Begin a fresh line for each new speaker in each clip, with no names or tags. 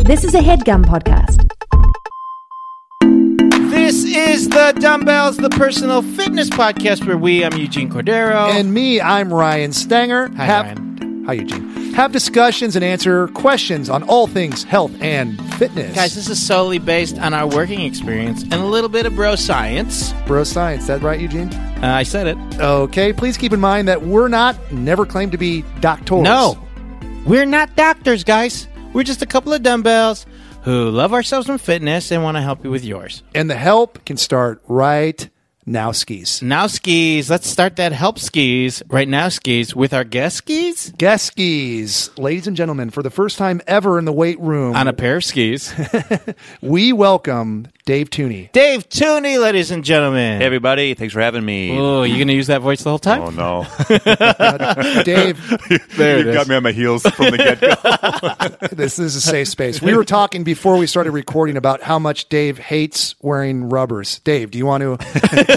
This is a headgum podcast.
This is the Dumbbells, the personal fitness podcast where we, I'm Eugene Cordero.
And me, I'm Ryan Stanger.
Oh. Hi,
have,
Ryan.
Hi, Eugene. Have discussions and answer questions on all things health and fitness.
guys, this is solely based on our working experience and a little bit of bro science.
bro science. That right, Eugene?
Uh, I said it.
Okay. Please keep in mind that we're not, never claim to be doctors.
No, we're not doctors, guys. We're just a couple of dumbbells who love ourselves and fitness and want to help you with yours.
And the help can start right now, skis.
Now, skis, let's start that help skis right now, skis, with our guest skis
Guest skis. Ladies and gentlemen, for the first time ever in the weight room,
on a pair of skis.
we welcome Dave Tooney.
Dave Tooney, ladies and gentlemen.
Hey, everybody. Thanks for having me.
Oh, you going to use that voice the whole time?
Oh, no.
Dave,
you got me on my heels from the get go.
This is a safe space. We were talking before we started recording about how much Dave hates wearing rubbers. Dave, do you want to?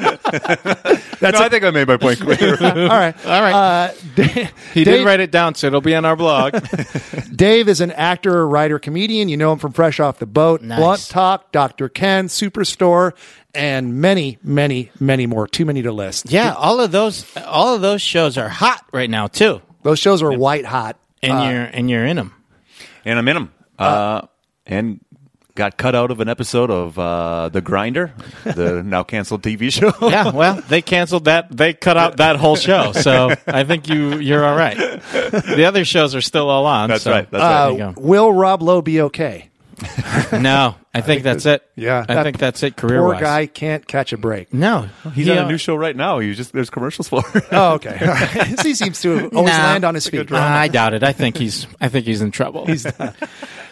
That's no, I think I made my point clear.
All right.
All right.
Uh, Da-
He
Dave,
did write it down, so it'll be on our blog.
Dave is an actor, writer, comedian. You know him from Fresh Off the Boat,
Nice.
Blunt Talk, Dr. Ken, Superstore, and many, many, many more. Too many to list.
yeah, all of those, all of those shows are hot right now too,
Those shows are white hot.
and you're and you're in them.
and I'm in them. Uh, and got cut out of an episode of uh, The Grinder, the now canceled TV show.
Yeah, well, they canceled that. They cut out that whole show, so I think you you're all right. The other shows are still all on.
That's
so-
right. That's
There
right. Uh,
you go.
Uh, will Rob Lowe be okay?
No, I think that's it.
Yeah.
I
That
think that's it. Career
Poor
wise,
guy can't catch a break.
No,
He's
he-
on a new show right now. He's just There's commercials for it.
Oh, okay. All right. he seems to always
Nah.
land on his feet.
I doubt it. I think he's. I think he's in trouble. He's
uh,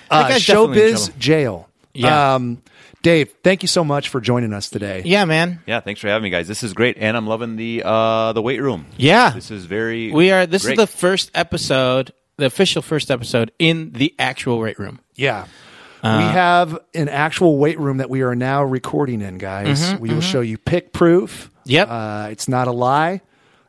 guy's definitely in
showbiz
trouble.
jail.
Yeah.
Um, Dave, thank you so much for joining us today.
yeah, man.
yeah, thanks for having me, guys. This is great. And I'm loving the uh, the weight room.
Yeah.
This is very.
We are. This
great.
is the first episode, the official first episode in the actual rate room.
Yeah. we
Uh,
have an actual weight room that we are now recording in, guys. we will show you pick proof.
Mm-hmm, Yep.
Uh, it's not a lie.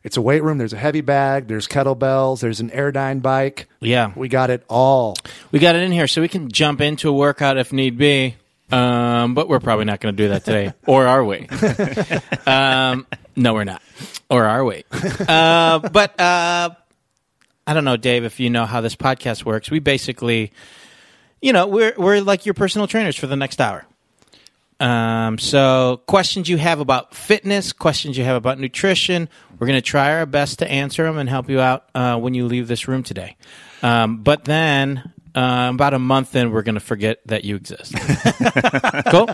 It's a weight room. There's a heavy bag. There's kettlebells. There's an Airdyne bike.
Yeah.
We got it all.
We got it in here, so we can jump into a workout if need be. Um, but we're probably not going to do that today, or are we? um, no, we're not, or are we? Uh, but uh, I don't know, Dave. If you know how this podcast works, we basically, you know, we're we're like your personal trainers for the next hour. Um, so questions you have about fitness, questions you have about nutrition, we're going to try our best to answer them and help you out uh, when you leave this room today. Um, but then uh, about a month in, we're going to forget that you exist. cool.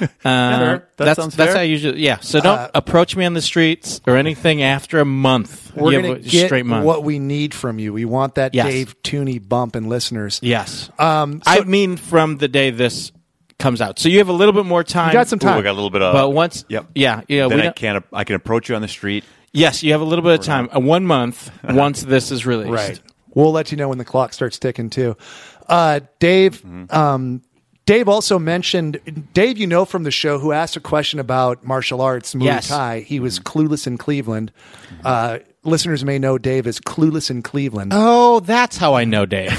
Uh,
That
that's
sounds
that's
fair. Uh,
how I usually yeah. So don't approach me on the streets or anything after a month.
We're
You have
going
a
to get
straight month.
what we need from you. We want that
Yes.
Dave Tooney bump in listeners.
yes.
Um,
I mean, from the day this comes out, so you have a little bit more time.
you got some
Ooh, I
time.
got a little bit of.
But once,
Yep.
yeah, yeah,
then
we
I
don't-
can, I can approach you on the street.
Yes, you have a little bit of time. Uh, one month once this is released.
Right. We'll let you know when the clock starts ticking too. Uh, Dave, um, Dave also mentioned Dave, you know from the show, who asked a question about martial arts, Muay
Yes.
Thai. He was clueless in Cleveland. Uh, listeners may know Dave as clueless in Cleveland.
Oh, that's how I know Dave.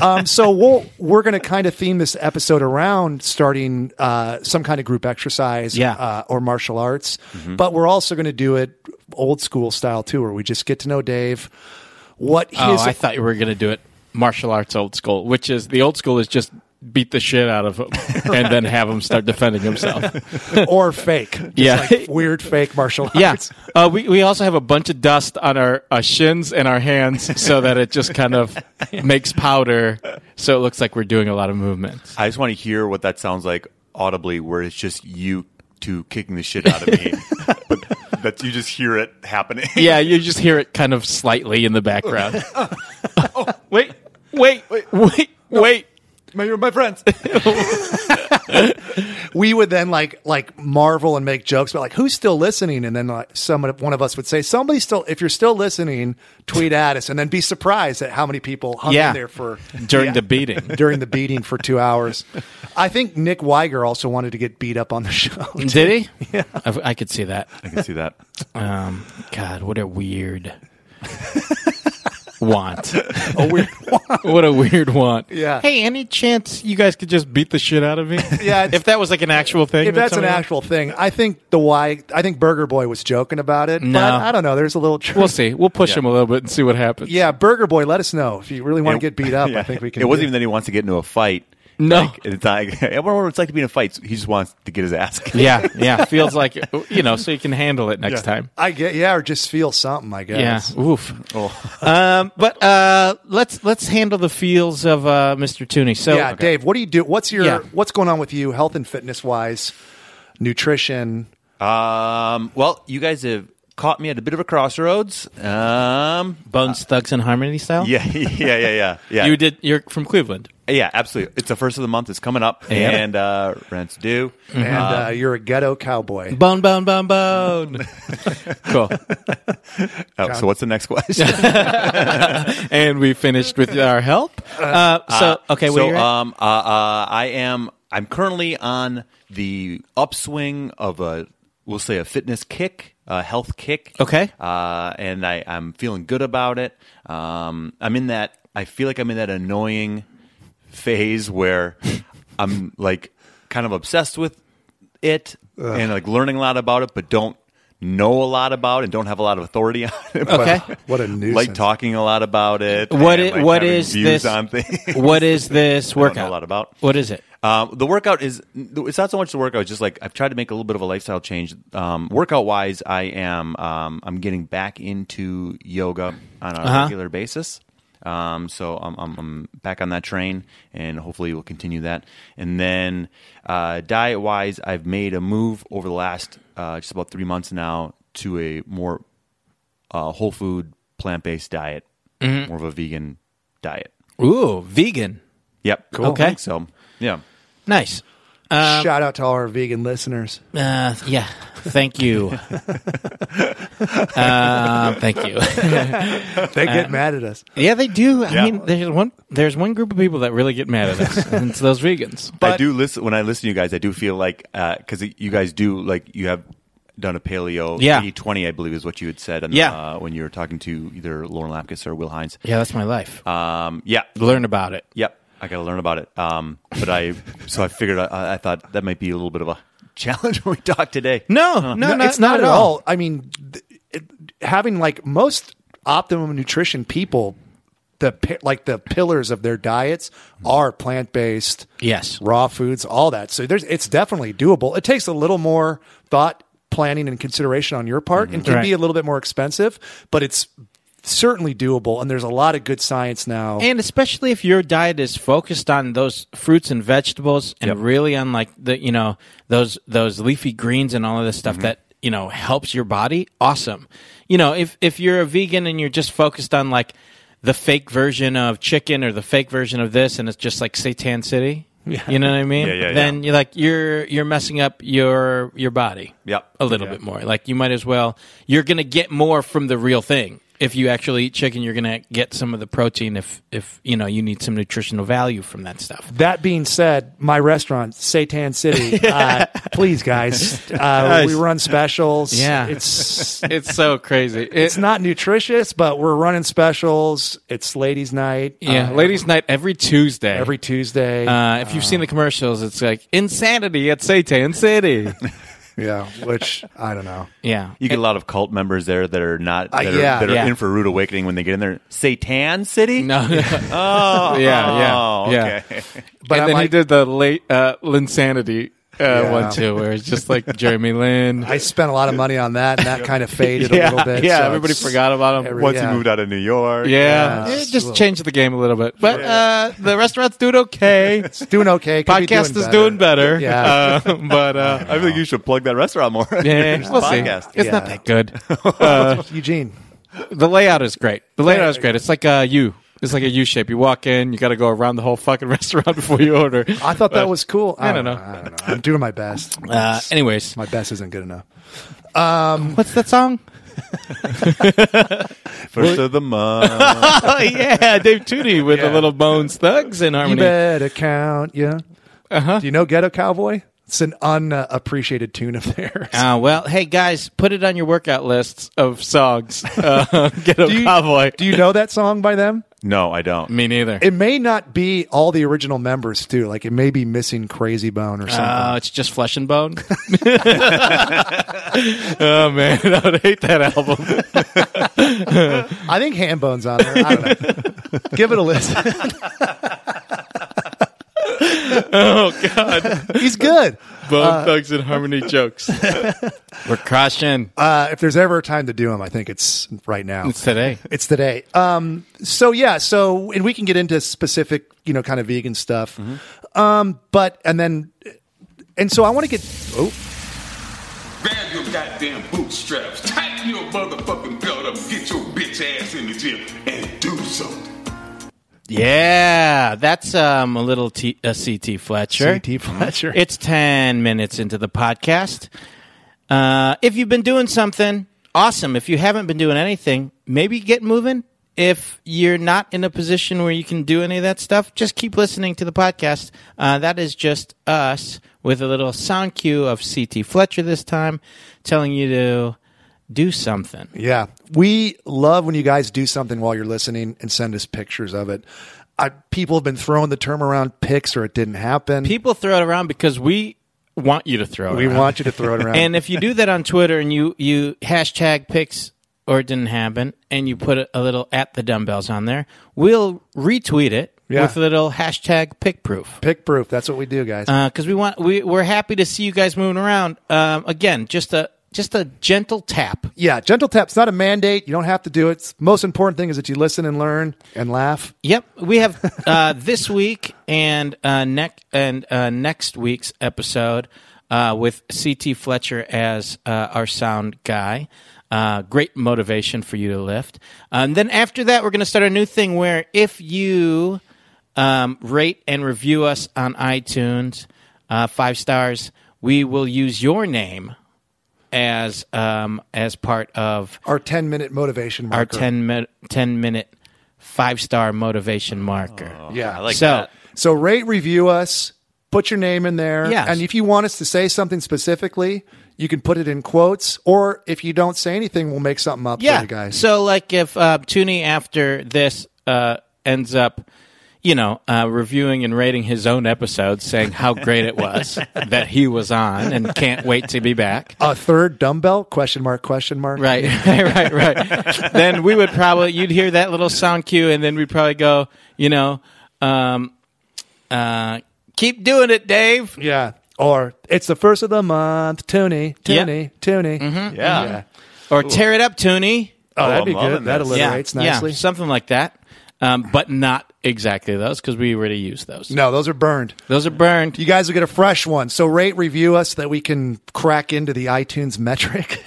Um, so we'll, we're going to kind of theme this episode around starting uh, some kind of group exercise
Yeah.
uh, or martial arts. But we're also going to do it old school style too, where we just get to know Dave. What his
oh, I thought you were going to do it martial arts old school, which is the old school is just beat the shit out of him and then have him start defending himself.
or fake. Just
Yeah.
like weird fake martial arts.
yeah. Uh, we, we also have a bunch of dust on our uh, shins and our hands so that it just kind of makes powder so it looks like we're doing a lot of movements.
I just want to hear what that sounds like audibly, where it's just you two kicking the shit out of me, but that you just hear it happening.
Yeah, you just hear it kind of slightly in the background. wait, wait, Oh. wait, wait, wait.
My, you're my friends.
We would then like like marvel and make jokes about like who's still listening, and then like some one of us would say somebody still if you're still listening, tweet at us, and then be surprised at how many people hung
Yeah.
in there for
during
Yeah.
the beating.
during the beating for two hours. I think Nick Weiger also wanted to get beat up on the show.
Did he? Yeah, I, I could see that.
I can see that.
Um, God, what a weird, want.
A weird one.
what a weird want.
Yeah.
Hey, any chance you guys could just beat the shit out of me?
Yeah, it's-
If that was like an actual thing.
If
that
that's an
somebody-
actual thing, I think the why. I think Burger Boy was joking about it.
No.
but I don't know. There's a little truth.
We'll see. We'll push him a little bit and see what happens.
Yeah, Burger Boy, let us know if you really want to get beat up.
Yeah.
I think we can.
It wasn't
do-
even that he wants to get into a fight.
No.
Like, it's not, like, I wonder what it's like to be in a fight. He just wants to get his ass. kicked.
yeah, yeah. Feels like you know, so you can handle it next time.
I get yeah, or just feel something. I
Yeah.
guess.
Oof. um, but uh, let's let's handle the feels of uh, Mr. Tooney. So
Yeah, Dave. What do you do? What's your
Yeah.
What's going on with you, health and fitness wise, nutrition?
Um, well, you guys have caught me at a bit of a crossroads. Um,
Bones Thugs and Harmony style.
yeah, yeah, yeah, yeah, yeah.
You did. You're from Cleveland.
Yeah, absolutely. It's the first of the month. It's coming up,
Yeah.
and uh, rent's due.
Mm-hmm.
And uh, you're a ghetto cowboy.
Bone, bone, bone, bone. cool.
Oh, so what's the next question?
And we finished with our help. Uh, so okay, what
so
are you at?
um, uh, uh, I am. I'm currently on the upswing of a, we'll say, a fitness kick, a health kick.
Okay.
Uh, and I, I'm feeling good about it. Um, I'm in that. I feel like I'm in that annoying phase where I'm like kind of obsessed with it and like learning a lot about it, but don't know a lot about it and don't have a lot of authority on it. but
Okay.
What a nuisance.
Like talking a lot about it.
What
and,
i-
like,
what
having
is
views
this?
on things.
What is this
don't
workout?
know a lot about.
What is it?
Um, the workout is it's not so much the workout. It's just like I've tried to make a little bit of a lifestyle change. Um, workout wise, I am um, I'm getting back into yoga on a regular basis. Um, so I'm, I'm, I'm back on that train, and hopefully we'll continue that. And then uh, diet wise, I've made a move over the last uh, just about three months now to a more uh, whole food plant based diet, more of a vegan diet.
Ooh, vegan.
Yep. Cool.
Okay.
So yeah.
Nice. Um,
Shout out to all our vegan listeners.
Uh, yeah. Thank you. uh, thank you.
They
uh,
get mad at us.
yeah, they do. I
Yeah.
mean, there's one there's one group of people that really get mad at us, and it's those vegans.
I do listen when I listen to you guys. I do feel like because you guys do like you have done a paleo
Yeah.
eighty twenty, I believe is what you had said. on the-
Yeah.
uh, when you were talking to either Lauren Lapkus or Will Hines.
Yeah, that's my life.
Um, yeah,
Learn about it.
yep. I got to learn about it. Um, but I so I figured uh, I, I thought that might be a little bit of a challenge when we talk today.
No,
Uh-huh.
no, not,
it's not, at all. I mean, th- it, having like most optimum nutrition people, the pi- like the pillars of their diets are plant based,
Yes.
raw foods, all that. So there's it's definitely doable. It takes a little more thought, planning, and consideration on your part, and can
Mm-hmm. Right.
be a little bit more expensive, but it's certainly doable. And there's a lot of good science now.
And especially if your diet is focused on those fruits and vegetables and really on like the you know those those leafy greens and all of this stuff
Mm-hmm.
that you know helps your body, awesome. You know, if if you're a vegan and you're just focused on like the fake version of chicken or the fake version of this and it's just like Satan City, you know what I mean?
Yeah, yeah, yeah.
then you're like you're you're messing up your your body.
Yep.
A little bit more. Like you might as well you're going to get more from the real thing. If you actually eat chicken, you're going to get some of the protein if if you know you need some nutritional value from that stuff.
That being said, my restaurant, Satan City, uh, please guys, uh, we run specials.
Yeah.
It's
It's so crazy.
it's not nutritious, but we're running specials. It's ladies' night.
yeah,
uh,
ladies night every Tuesday.
every Tuesday.
uh, if you've seen the commercials, it's like insanity at Satan City.
yeah, which I don't know.
yeah.
You get a lot of cult members there that are not
Uh,
that,
yeah.
are, that
Yeah.
are in for rude awakening when they get in there. Satan City.
No. yeah,
Oh,
yeah. Yeah.
okay.
and
But I'm
then he
like-
did the late uh, Linsanity uh,
Yeah.
one too, where it's just like Jeremy Lin.
I spent a lot of money on that, and that kind of faded a little bit.
yeah,
so
everybody
it's-
forgot about him.
every-
Once
Yeah.
he moved out of New York.
Yeah,
Yeah.
Yeah, just
Well-
change the game a little bit. But uh, the restaurant's doing okay.
It's doing okay. could be
Podcast is doing better.
Yeah.
Uh, but uh,
I feel like you should plug that restaurant more.
yeah,
Just
we'll see.
podcast.
It's not
Yeah.
that good.
Uh, Eugene.
The layout is great. The layout is great. It's like a U. It's like a U shape. You walk in, you got to go around the whole fucking restaurant before you order.
I thought that was cool. I,
don't know.
I don't know. I'm doing my best.
Uh, anyways,
My best isn't good enough.
what's that song?
First of the month.
Oh yeah, Dave Tooney with the
Yeah.
little Bones Thugs in
You
harmony.
better count. Yeah. Uh-huh. Do you know Ghetto Cowboy? It's an unappreciated tune of theirs.
Ah, well, hey guys, put it on your workout lists of songs. Uh, get a
do, you,
cowboy.
do you know that song by them?
No, I don't.
Me neither.
It may not be all the original members too. Like it may be missing Crazy Bone or something.
Uh, it's just flesh and bone. oh man, I would hate that album.
I think Ham Bone's on there. I don't know. Give it a listen.
Oh god,
He's good.
bone
Uh,
thugs and harmony jokes. We're crushing.
Uh, if there's ever a time to do them, I think it's right now.
It's today.
It's today. Um, so yeah, so and we can get into specific, you know, kind of vegan stuff.
Mm-hmm.
Um, but and then and so I want to get oh
Grab your goddamn bootstraps, tighten your motherfucking belt up, get your bitch ass in the gym, and do something.
Yeah, that's um, a little t- a CT Fletcher.
CT Fletcher.
It's 10 minutes into the podcast. Uh, if you've been doing something, awesome. If you haven't been doing anything, maybe get moving. If you're not in a position where you can do any of that stuff, just keep listening to the podcast. Uh, that is just us with a little sound cue of CT Fletcher this time telling you to do something.
Yeah. We love when you guys do something while you're listening and send us pictures of it. I, people have been throwing the term around pics or it didn't happen.
People throw it around because we want you to throw it
we
around.
want you to throw it around.
And if you do that on Twitter and you you hashtag picks or it didn't happen and you put a, a little at the dumbbells on there, we'll retweet it
Yeah.
with a little hashtag pick proof.
pick proof. That's what we do, guys.
Because we want we we're happy to see you guys moving around. Um, again, just a just a gentle tap.
yeah. Gentle tap's not a mandate. You don't have to do it. It's- most important thing is that you listen and learn and laugh.
Yep, we have uh, this week and uh, neck and uh, next week's episode uh, with CT Fletcher as uh, our sound guy. Uh, great motivation for you to lift. And then after that, we're going to start a new thing where if you um, rate and review us on iTunes, uh, five stars, we will use your name as um, as part of
Our 10 minute motivation marker.
our 10, mi- 10 minute five star motivation marker.
Yeah.
I like
so,
that.
So rate, review us, put your name in there.
Yes.
And if you want us to say something specifically, you can put it in quotes. Or if you don't say anything, we'll make something up
yeah.
for you guys.
So, like, if uh, Tooney after this uh, ends up, you know, uh, reviewing and rating his own episode, saying how great it was that he was on and can't wait to be back.
a third dumbbell? Question mark, question mark.
Right, right, right, right. then we would probably you'd hear that little sound cue, and then we'd probably go, you know, um, uh, keep doing it, Dave.
Yeah. Or it's the first of the month, Toonie,
Yeah. Mm-hmm.
Toonie, Toonie.
Yeah.
Or tear it up, Tooney.
Oh, that'd
I'm
be
loving
good. That
this.
alliterates nicely.
Yeah, something like that. Um, but not exactly those because we already used those.
No, those are burned.
Those are burned.
You guys will get a fresh one. So rate, review us so that we can crack into the iTunes metric.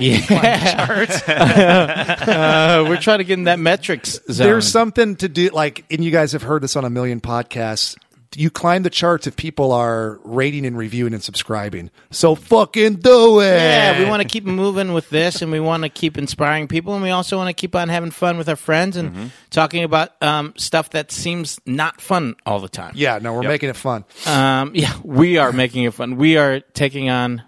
Uh, we're trying to get in that metrics zone.
There's something to do, like, and you guys have heard this on a million podcasts. You climb the charts if people are rating and reviewing and subscribing. So fucking do it.
yeah, we want to keep moving with this, and we want to keep inspiring people, and we also want to keep on having fun with our friends and
Mm-hmm.
talking about um, stuff that seems not fun all the time.
Yeah, no, we're making it fun.
um, yeah, we are making it fun. We are taking on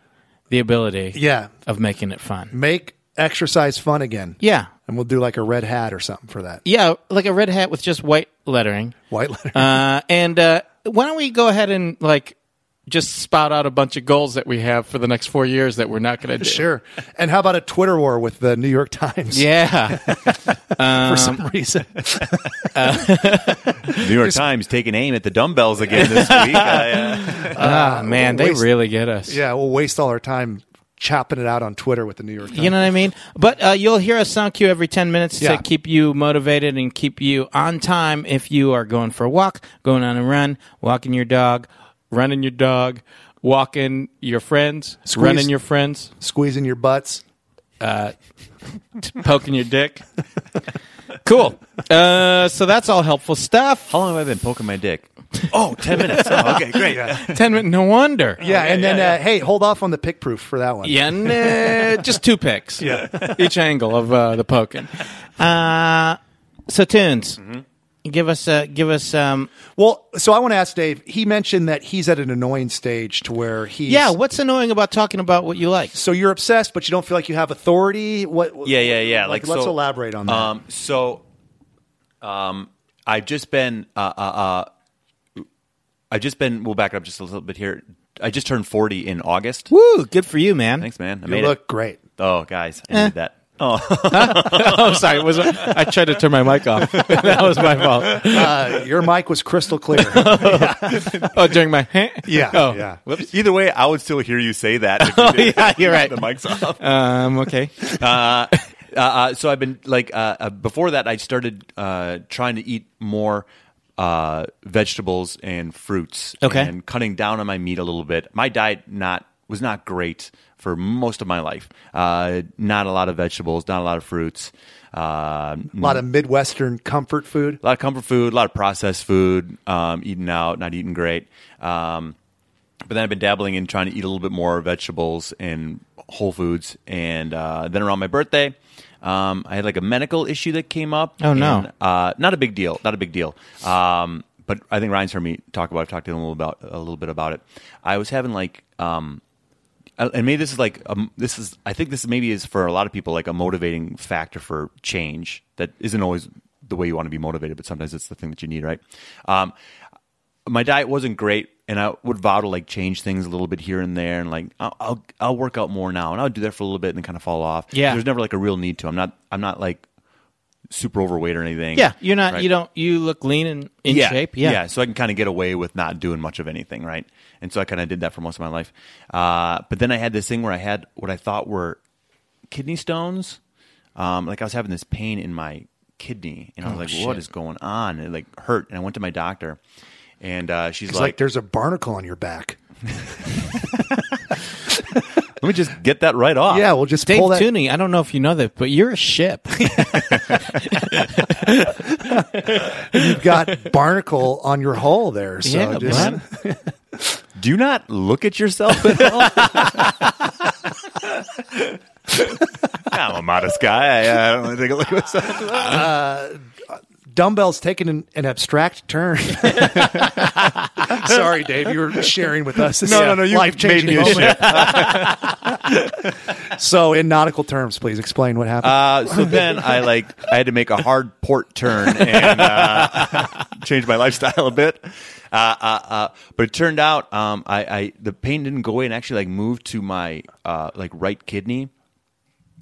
the ability,
Yeah.
of making it fun.
Make exercise fun again.
Yeah,
And we'll do like a red hat or something for that.
yeah, like a red hat with just white lettering.
White letter.
Uh, and uh, why don't we go ahead and like just spout out a bunch of goals that we have for the next four years that we're not going to do?
Sure. And how about a Twitter war with the New York Times?
Yeah.
for some reason.
New York Times taking aim at the dumbbells again this week. I, uh,
Ah, man, they
waste-
really get us.
yeah, we'll waste all our time chopping it out on Twitter with the New York Times.
You know what I mean? But uh, you'll hear a sound cue every 10 minutes
Yeah.
to keep you motivated and keep you on time if you are going for a walk, going on a run, walking your dog, running your dog, walking your friends,
Squeeze-
running your friends,
Squeezing your butts.
poking your dick. cool. Uh, so that's all helpful stuff.
how long have I been poking my dick? Oh, 10 minutes. Oh, okay, great.
10 minutes, no wonder.
Yeah, and then Uh, hey, hold off on the pick proof for that one.
Yeah, nah, just two picks. Yeah, each angle of uh, the poking. Uh, so tunes, Give us a give us um
Well, so I want to ask Dave. He mentioned that he's at an annoying stage to where he's
yeah. What's annoying about talking about what you like?
So you're obsessed, but you don't feel like you have authority. What?
Yeah, yeah, yeah.
Like,
Like,
let's
so-
elaborate on that.
Um, so, um, I've just been, uh, uh, uh, I've just been. We'll back up just a little bit here. I just turned forty in August.
Woo! Good for you, man.
Thanks, man. I
you
made
look
it.
great.
Oh, guys, I need that. Oh,
I'm sorry. Was I tried to turn my mic off? that was my fault.
Uh, your mic was crystal clear.
Oh, during my
Yeah,
Oh,
yeah.
Whoops.
either way, I would still hear you say that. if you
Oh,
did.
yeah, you're right.
The mic's off.
Um. Okay.
uh, uh, uh, so I've been like uh, uh, before that I started uh, trying to eat more uh, vegetables and fruits.
Okay.
and cutting down on my meat a little bit. My diet not was not great for most of my life. Uh, not a lot of vegetables, not a lot of fruits. Uh,
A lot of Midwestern comfort food.
a lot of comfort food, a lot of processed food, um, eating out, not eating great. Um, but then I've been dabbling in trying to eat a little bit more vegetables and whole foods. And uh, then around my birthday, um, I had like a medical issue that came up.
Oh, no.
And, uh, not a big deal. Not a big deal. Um, but I think Ryan's heard me talk about. it. I've talked to him a little about a little bit about it. I was having like um, uh, and maybe this is like um, this is I think this maybe is for a lot of people like a motivating factor for change that isn't always the way you want to be motivated, but sometimes it's the thing that you need, right? Um, my diet wasn't great, and I would vow to like change things a little bit here and there, and like I'll I'll, I'll work out more now, and I'll do that for a little bit, and then kind of fall off.
Yeah.
there's never like a real need to. I'm not I'm not like super overweight or anything.
Yeah. You're not.
right?
You don't. You look lean and in shape. Yeah.
So I can kind of get away with not doing much of anything, right? And so I kind of did that for most of my life. Uh, but then I had this thing where I had what I thought were kidney stones. Um, like I was having this pain in my kidney, and I was like, "What is going on?" And it like hurt, and I went to my doctor, and uh, she's
It's like,
like,
there's a barnacle on your back.
"Let me just get that right off."
Yeah, we'll just
Dave
pull that.
Tooney, I don't know if you know that, but you're a ship.
You've got barnacle on your hole there. So
Yeah,
just,
man.
Do you not look at yourself at all? I'm a modest guy. I, I don't really take a look at myself.
dumbbells taking an, an abstract turn. Sorry, Dave, you were sharing with us. This
No, no, no, you
life changing
made me a
moment. so, in nautical terms, please explain what happened.
Uh, so then I like I had to make a hard port turn and uh, change my lifestyle a bit. Uh, uh, uh, but it turned out um, I, I the pain didn't go away and actually like moved to my uh, like right kidney.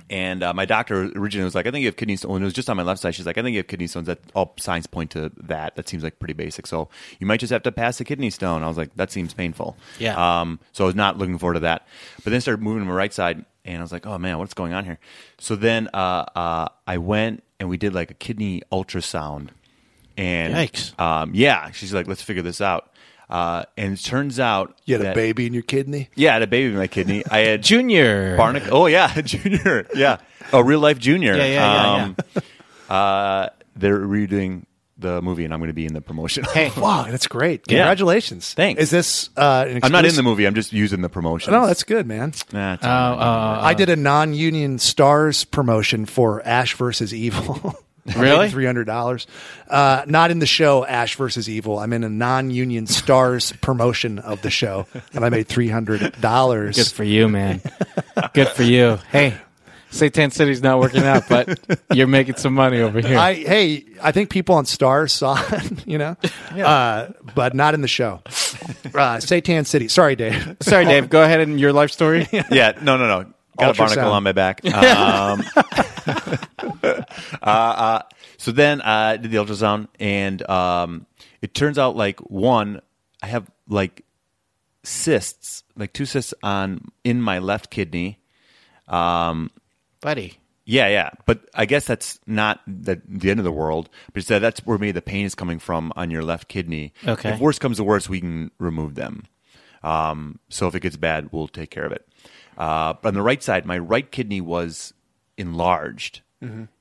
And uh, my doctor originally was like, I think you have kidney stones. And it was just on my left side. She's like, I think you have kidney stones. That all signs point to that. That seems like pretty basic. So you might just have to pass a kidney stone. I was like, that seems painful.
Yeah.
Um, so I was not looking forward to that. But then I started moving to my right side, and I was like, oh man, what's going on here? So then uh, uh, I went and we did like a kidney ultrasound. And
Yikes.
Um, yeah, she's like, let's figure this out. Uh, and it turns out
you had a
that-
baby in your kidney?
Yeah, I had a baby in my kidney. I had
Junior.
Barnacle. Oh yeah, junior. Yeah, a real life junior.
Yeah, yeah, yeah,
yeah. Uh, they're redoing the movie, and I'm going to be in the promotion.
Hey.
Wow, that's great.
Yeah.
Congratulations.
Thanks.
Is this uh, an
I'm not in
exclusive-
the movie. I'm just using the promotion.
No, that's good, man.
Nah, it's-
Oh, oh,
I did a non union stars promotion for Ash versus Evil.
Really?
Three hundred dollars. Uh, not in the show Ash versus Evil. I'm in a non-union stars promotion of the show, and I made three hundred
Good
dollars.
for you, man. Good for you. Hey, Satan City's not working out, but you're making some money over here.
I hey, I think people on stars saw it, you know, uh, but not in the show. Uh, Satan City. Sorry, Dave.
Sorry, Dave. Go ahead and your life story.
yeah, no, no, no. Got
Ultrasound.
a barnacle on my back. Um, uh, uh, so then I did the ultrasound, and um, it turns out like one, I have like cysts, like two cysts on in my left kidney.
buddy.
Yeah, yeah, but I guess that's not the, the end of the world. But it's that that's where maybe the pain is coming from on your left kidney.
Okay.
If worse comes to worse, we can remove them. Um, so if it gets bad, we'll take care of it. Uh, but on the right side, my right kidney was enlarged,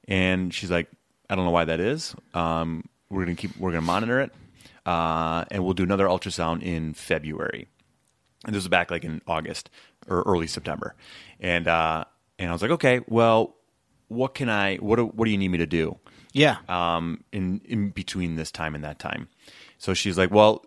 and she's like, "I don't know why that is. Um, we're gonna keep. We're gonna monitor it, uh, and we'll do another ultrasound in February." and this was back like in August or early September, and uh, and I was like, okay, well, what can I what do, what do you need me to do?
Yeah.
um, in in between this time and that time. So she's like, well,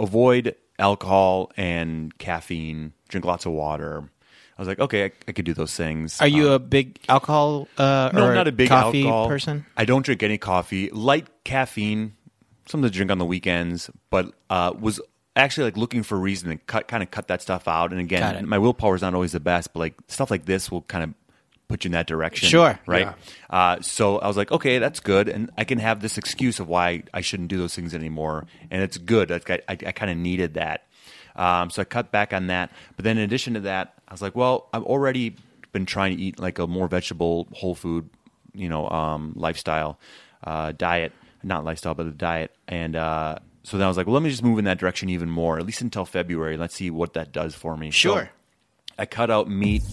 avoid alcohol and caffeine. Drink lots of water. I was like, okay, I, I could do those things.
Are you a big alcohol uh,
no,
or
I'm not a big
coffee
alcohol
person?
I don't drink any coffee. Light caffeine, something to drink on the weekends, but uh, was actually like looking for a reason to cut kind of cut that stuff out. And
Got it.
again, my willpower's not always the best, but like stuff like this will kind of put you in that direction.
Sure.
Right. Uh, so I was like, okay, that's good, and I can have this excuse of why I shouldn't do those things anymore, and it's good. Like, I, I, I kind of needed that. Um, so I cut back on that. But then in addition to that, I was like, well, I've already been trying to eat like a more vegetable, whole food, you know, um, lifestyle, uh, diet, not lifestyle, but a diet. And, uh, so then I was like, well, let me just move in that direction even more, at least until February. Let's see what that does for me. So
Sure.
I cut out meat,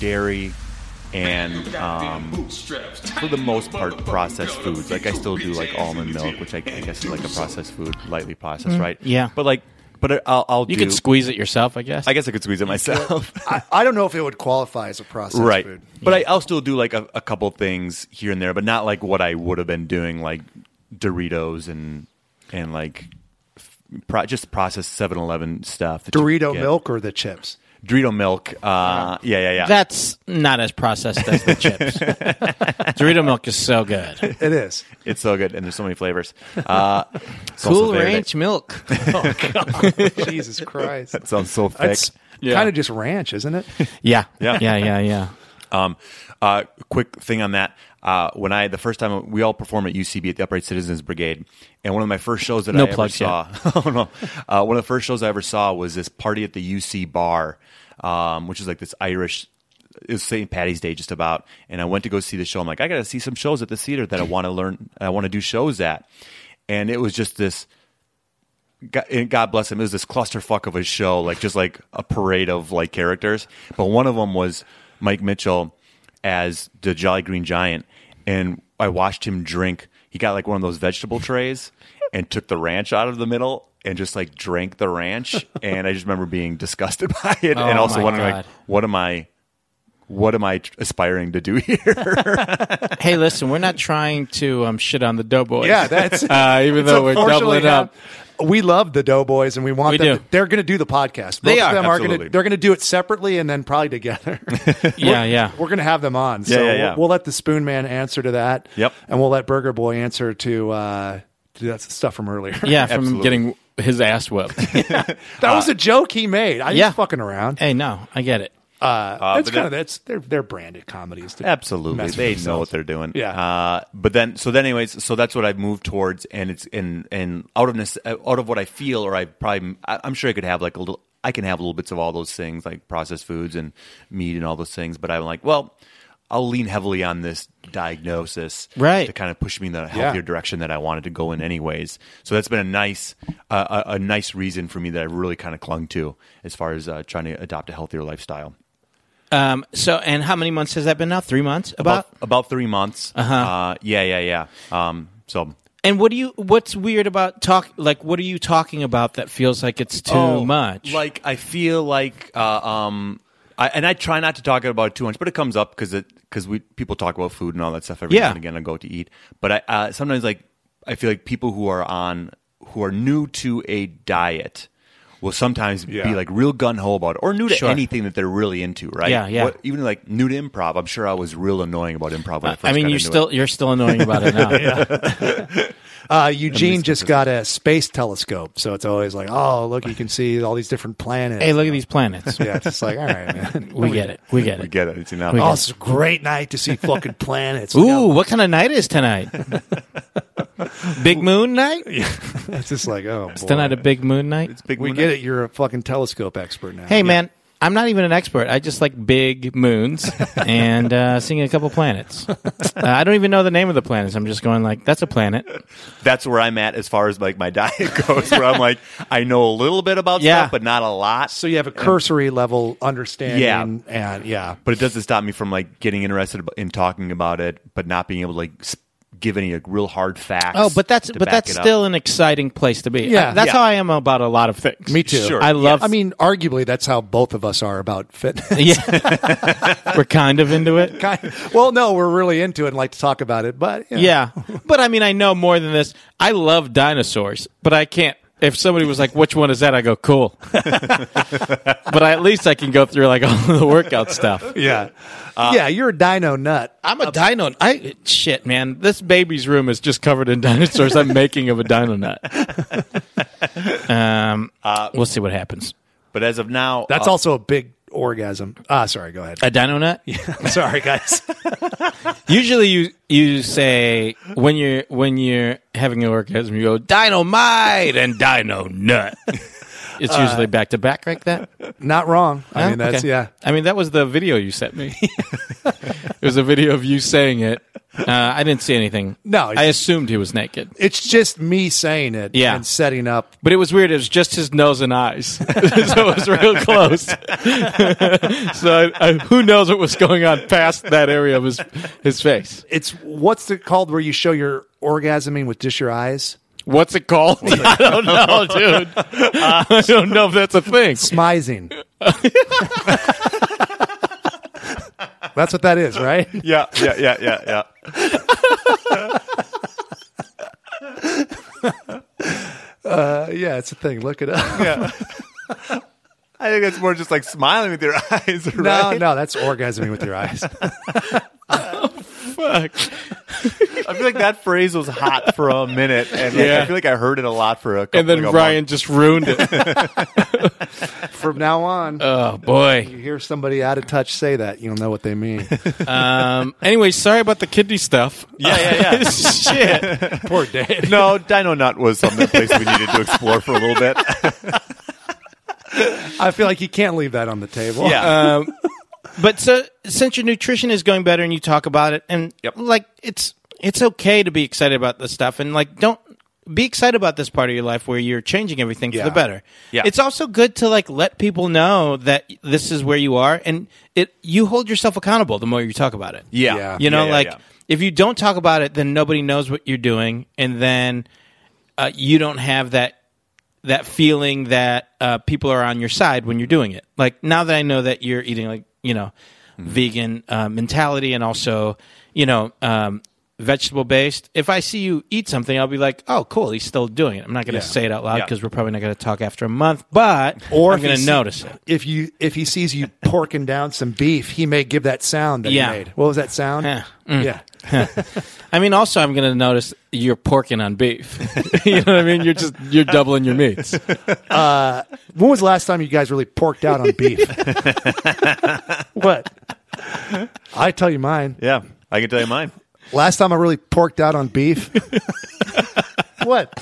dairy, and, um, for the most part processed foods. Like I still do like almond milk, which I, I guess is like a processed food, lightly processed, right?
Mm-hmm. yeah.
But like, but I'll, I'll
You
do.
could squeeze it yourself, I guess.
I guess I could squeeze it myself,
I, I don't know if it would qualify as a processed
right?
food.
But I, I'll still do like a, a couple things here and there, but not like what I would have been doing, like Doritos and and like f- pro, just processed 7-Eleven stuff. that you
Dorito
get.
milk or the chips?
Dorito milk. Uh, yeah, yeah, yeah.
That's not as processed as the chips. Dorito milk is so good.
It is.
it's so good, and there's so many flavors. Uh, it's also
Cool
very nice.
Ranch milk.
Jesus Christ.
That sounds so thick.
That's kind of just ranch, isn't it?
Yeah.
Yeah.
Yeah. Yeah. Yeah.
Um, uh, quick thing on that. Uh, when I the first time we all perform at UCB at the Upright Citizens Brigade, and one of my first shows that
No
I ever
plugs
saw, oh, no. uh, one of the first shows I ever saw was this party at the UC bar, um, which is like this Irish. It was St. Patty's Day, just about, and I went to go see the show. I'm like, I got to see some shows at the theater that I want to learn, I want to do shows at, and it was just this God, and eh, God bless him, it was this clusterfuck of a show, like just like a parade of like characters. But one of them was Mike Mitchell as the Jolly Green Giant, and I watched him drink. He got like one of those vegetable trays and took the ranch out of the middle and just like drank the ranch. And I just remember being disgusted by it, and
Oh,
also
my
wondering
God.
like, what am I? What am I aspiring to do here?
Hey, listen, we're not trying to um, shit on the Doughboys.
Yeah, that's-
uh, even
So
though we're
fortunately,
doubling up.
um, We love the Doughboys, and we want
We
them.
do.
To, they're going to do the podcast. Both
They
of
are,
them are going
absolutely.
to. They're going to do it separately and then probably together.
Yeah. Yeah.
We're going to have them on. so
yeah, yeah.
We'll, we'll let the Spoon Man answer to that.
Yep.
And we'll let Burger Boy answer to uh, to that stuff from earlier.
Yeah. From
Absolutely.
getting his ass whipped.
that
Uh,
was a joke he made. I
yeah.
was fucking around.
hey, no, I get it.
That's
Uh, but
kind
that-
of that's they're they're branded comedies. to
Absolutely,
mess with
they know
themselves.
what they're doing.
Yeah.
Uh, but then, so then, anyways, so that's what I've moved towards, and it's in and out of nece- out of what I feel, or I probably, I- I'm sure I could have like a little, I can have little bits of all those things, like processed foods and meat and all those things. But I'm like, well, I'll lean heavily on this diagnosis,
Right.
to kind of push me in the healthier direction that I wanted to go in, anyways. So that's been a nice, uh, a, a nice reason for me that I really kind of clung to as far as uh, trying to adopt a healthier lifestyle.
Um, so, and how many months has that been now? Three months, about.
about about three months. Uh-huh. Yeah, yeah, yeah. Um, so
And what do you? What's weird about talk? Like, what are you talking about that feels like it's too much?
Oh, Like I feel like, uh, um, I, and I try not to talk about it too much, but it comes up because it because we people talk about food and all that stuff every
Yeah.
now and again. I go out to eat, but I uh, sometimes like I feel like people who are on who are new to a diet will sometimes be like real gun ho about it or new to
Sure.
anything that they're really into, right?
Yeah, yeah.
even like new to improv, I'm sure I was real annoying about improv when I first
I mean,
got
you're
into it.
still you're still annoying about it now.
Uh, Eugene just got a space telescope, so it's always like, oh, look, you can see all these different planets.
Hey, look at these planets.
yeah, it's just like, all right, man.
We get it. We get
We
it.
get it. It's enough.
Oh, it's a great night to see fucking planets. Look
Ooh,
out.
what kind of night is tonight? big moon night? Is
it's just like, oh, boy.
tonight a big moon night?
Big
we
moon
get it. You're a fucking telescope expert now.
hey, man, I'm not even an expert. I just like big moons and uh, seeing a couple planets. Uh, I don't even know the name of the planets. I'm just going like, that's a planet.
that's where I'm at as far as like my diet goes. Where I'm like, I know a little bit about
Yeah.
stuff, but not a lot.
So you have a cursory level understanding, and yeah,
but it doesn't stop me from like getting interested ab- in talking about it, but not being able to like s- give any like, real hard facts.
Oh, but that's
to
but
back
that's
it up.
still an exciting place to be.
Yeah.
I- that's
Yeah.
how I am about a lot of things.
Me too.
Sure.
I love.
I mean, arguably, that's how both of us are about fitness.
yeah, we're kind of into it.
Kind- well, no, we're really into it and like to talk about it, but you know.
Yeah, but I mean, I know more than this. I love dinosaurs, but I can't. If somebody was like, "Which one is that?" I go, "Cool," but I, at least I can go through like all the workout stuff.
yeah, yeah. You're a dino nut.
I'm a dino. I shit, man. This baby's room is just covered in dinosaurs. I'm making of a dino nut. Um,
Uh,
we'll see what happens.
But as of now,
That's
uh,
also a big orgasm. Ah, sorry. Go ahead.
A dino nut.
sorry, guys.
Usually, you you say when you're when you're having an orgasm, you go dynamite and dino nut. It's usually back to back like that.
Not wrong. Uh, I
Oh,
mean, that's
okay.
yeah.
I mean, that was the video you sent me. it was a video of you saying it. Uh, I didn't see anything.
No,
I assumed he was naked,
It's just me saying it
Yeah.
and setting up.
but it was weird. It was just his nose and eyes, so it was real close. so I, I, who knows what was going on past that area of his his face?
It's what's it called where you show your orgasming with just your eyes?
What's it called? I don't know, dude. I don't know if that's a thing.
Smizing. that's what that is, right?
yeah, yeah, yeah, yeah, yeah.
Uh, yeah, it's a thing. Look it up.
I think that's more just like smiling with your eyes.
No,
Right?
no, that's orgasming with your eyes.
Fuck.
I feel like that phrase was hot for a minute, and like,
Yeah.
I feel like I heard it a lot for a. Couple,
And then
like a
Ryan
month.
just ruined it.
From now on,
Oh boy.
you hear somebody out of touch say that, you'll know what they mean.
Um, anyway, sorry about the kidney stuff.
Yeah, yeah, yeah.
Shit.
Poor Dave.
No, Dino Nut was some of the place we needed to explore for a little bit.
I feel like you can't leave that on the table.
Um, but so since your nutrition is going better and you talk about it, and
Yep.
like it's it's okay to be excited about this stuff, and like don't be excited about this part of your life where you're changing everything
Yeah.
for the better.
Yeah.
It's also good to like let people know that this is where you are, and it you hold yourself accountable the more you talk about it.
yeah,
Yeah.
You know,
yeah,
like
yeah.
if you don't talk about it, then nobody knows what you're doing, and then uh, you don't have that that feeling that uh, people are on your side when you're doing it. Like now that I know that you're eating like you know
Mm-hmm.
vegan uh, mentality and also you know um, vegetable based. If I see you eat something, I'll be like, oh, cool, he's still doing it. I'm not going to say it out loud
Yeah.
because we're probably not going to talk after a month, but
Or
I'm
if you
going to
see-
notice it.
If you if he sees you porking down some beef, he may give that sound that
Yeah.
he made. What was that sound?
Huh.
Yeah. Mm.
I mean, also, I'm going to notice you're porking on beef. you know what I mean? You're just you're doubling your meats.
When was the last time you guys really porked out on beef? what? I tell you mine.
yeah. I can tell you mine.
Last time I really porked out on beef. what?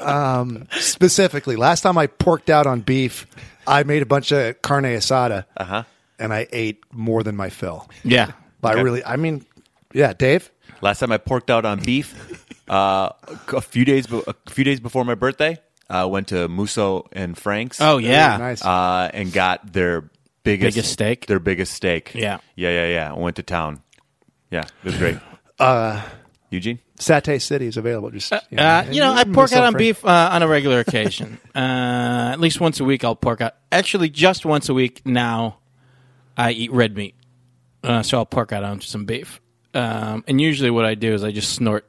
um, specifically, last time I porked out on beef, I made a bunch of carne asada, uh-huh. and I ate more than my fill.
Yeah.
But I really, I mean, yeah, Dave.
Last time I porked out on beef, uh, a few days be- a few days before my birthday, I went to Musso and Frank's.
Oh yeah.
nice.
uh, and got their biggest,
Biggest steak?
Their biggest steak.
Yeah.
yeah, yeah, yeah. I went to town. Yeah, it was great. Uh, Eugene.
Satay City is available. Just you know,
Uh, you know, I pork out on
Myself, right?
beef uh, on a regular occasion. uh, at least once a week, I'll pork out. Actually, just once a week now, I eat red meat, uh, so I'll pork out on some beef. Um, and usually, what I do is I just snort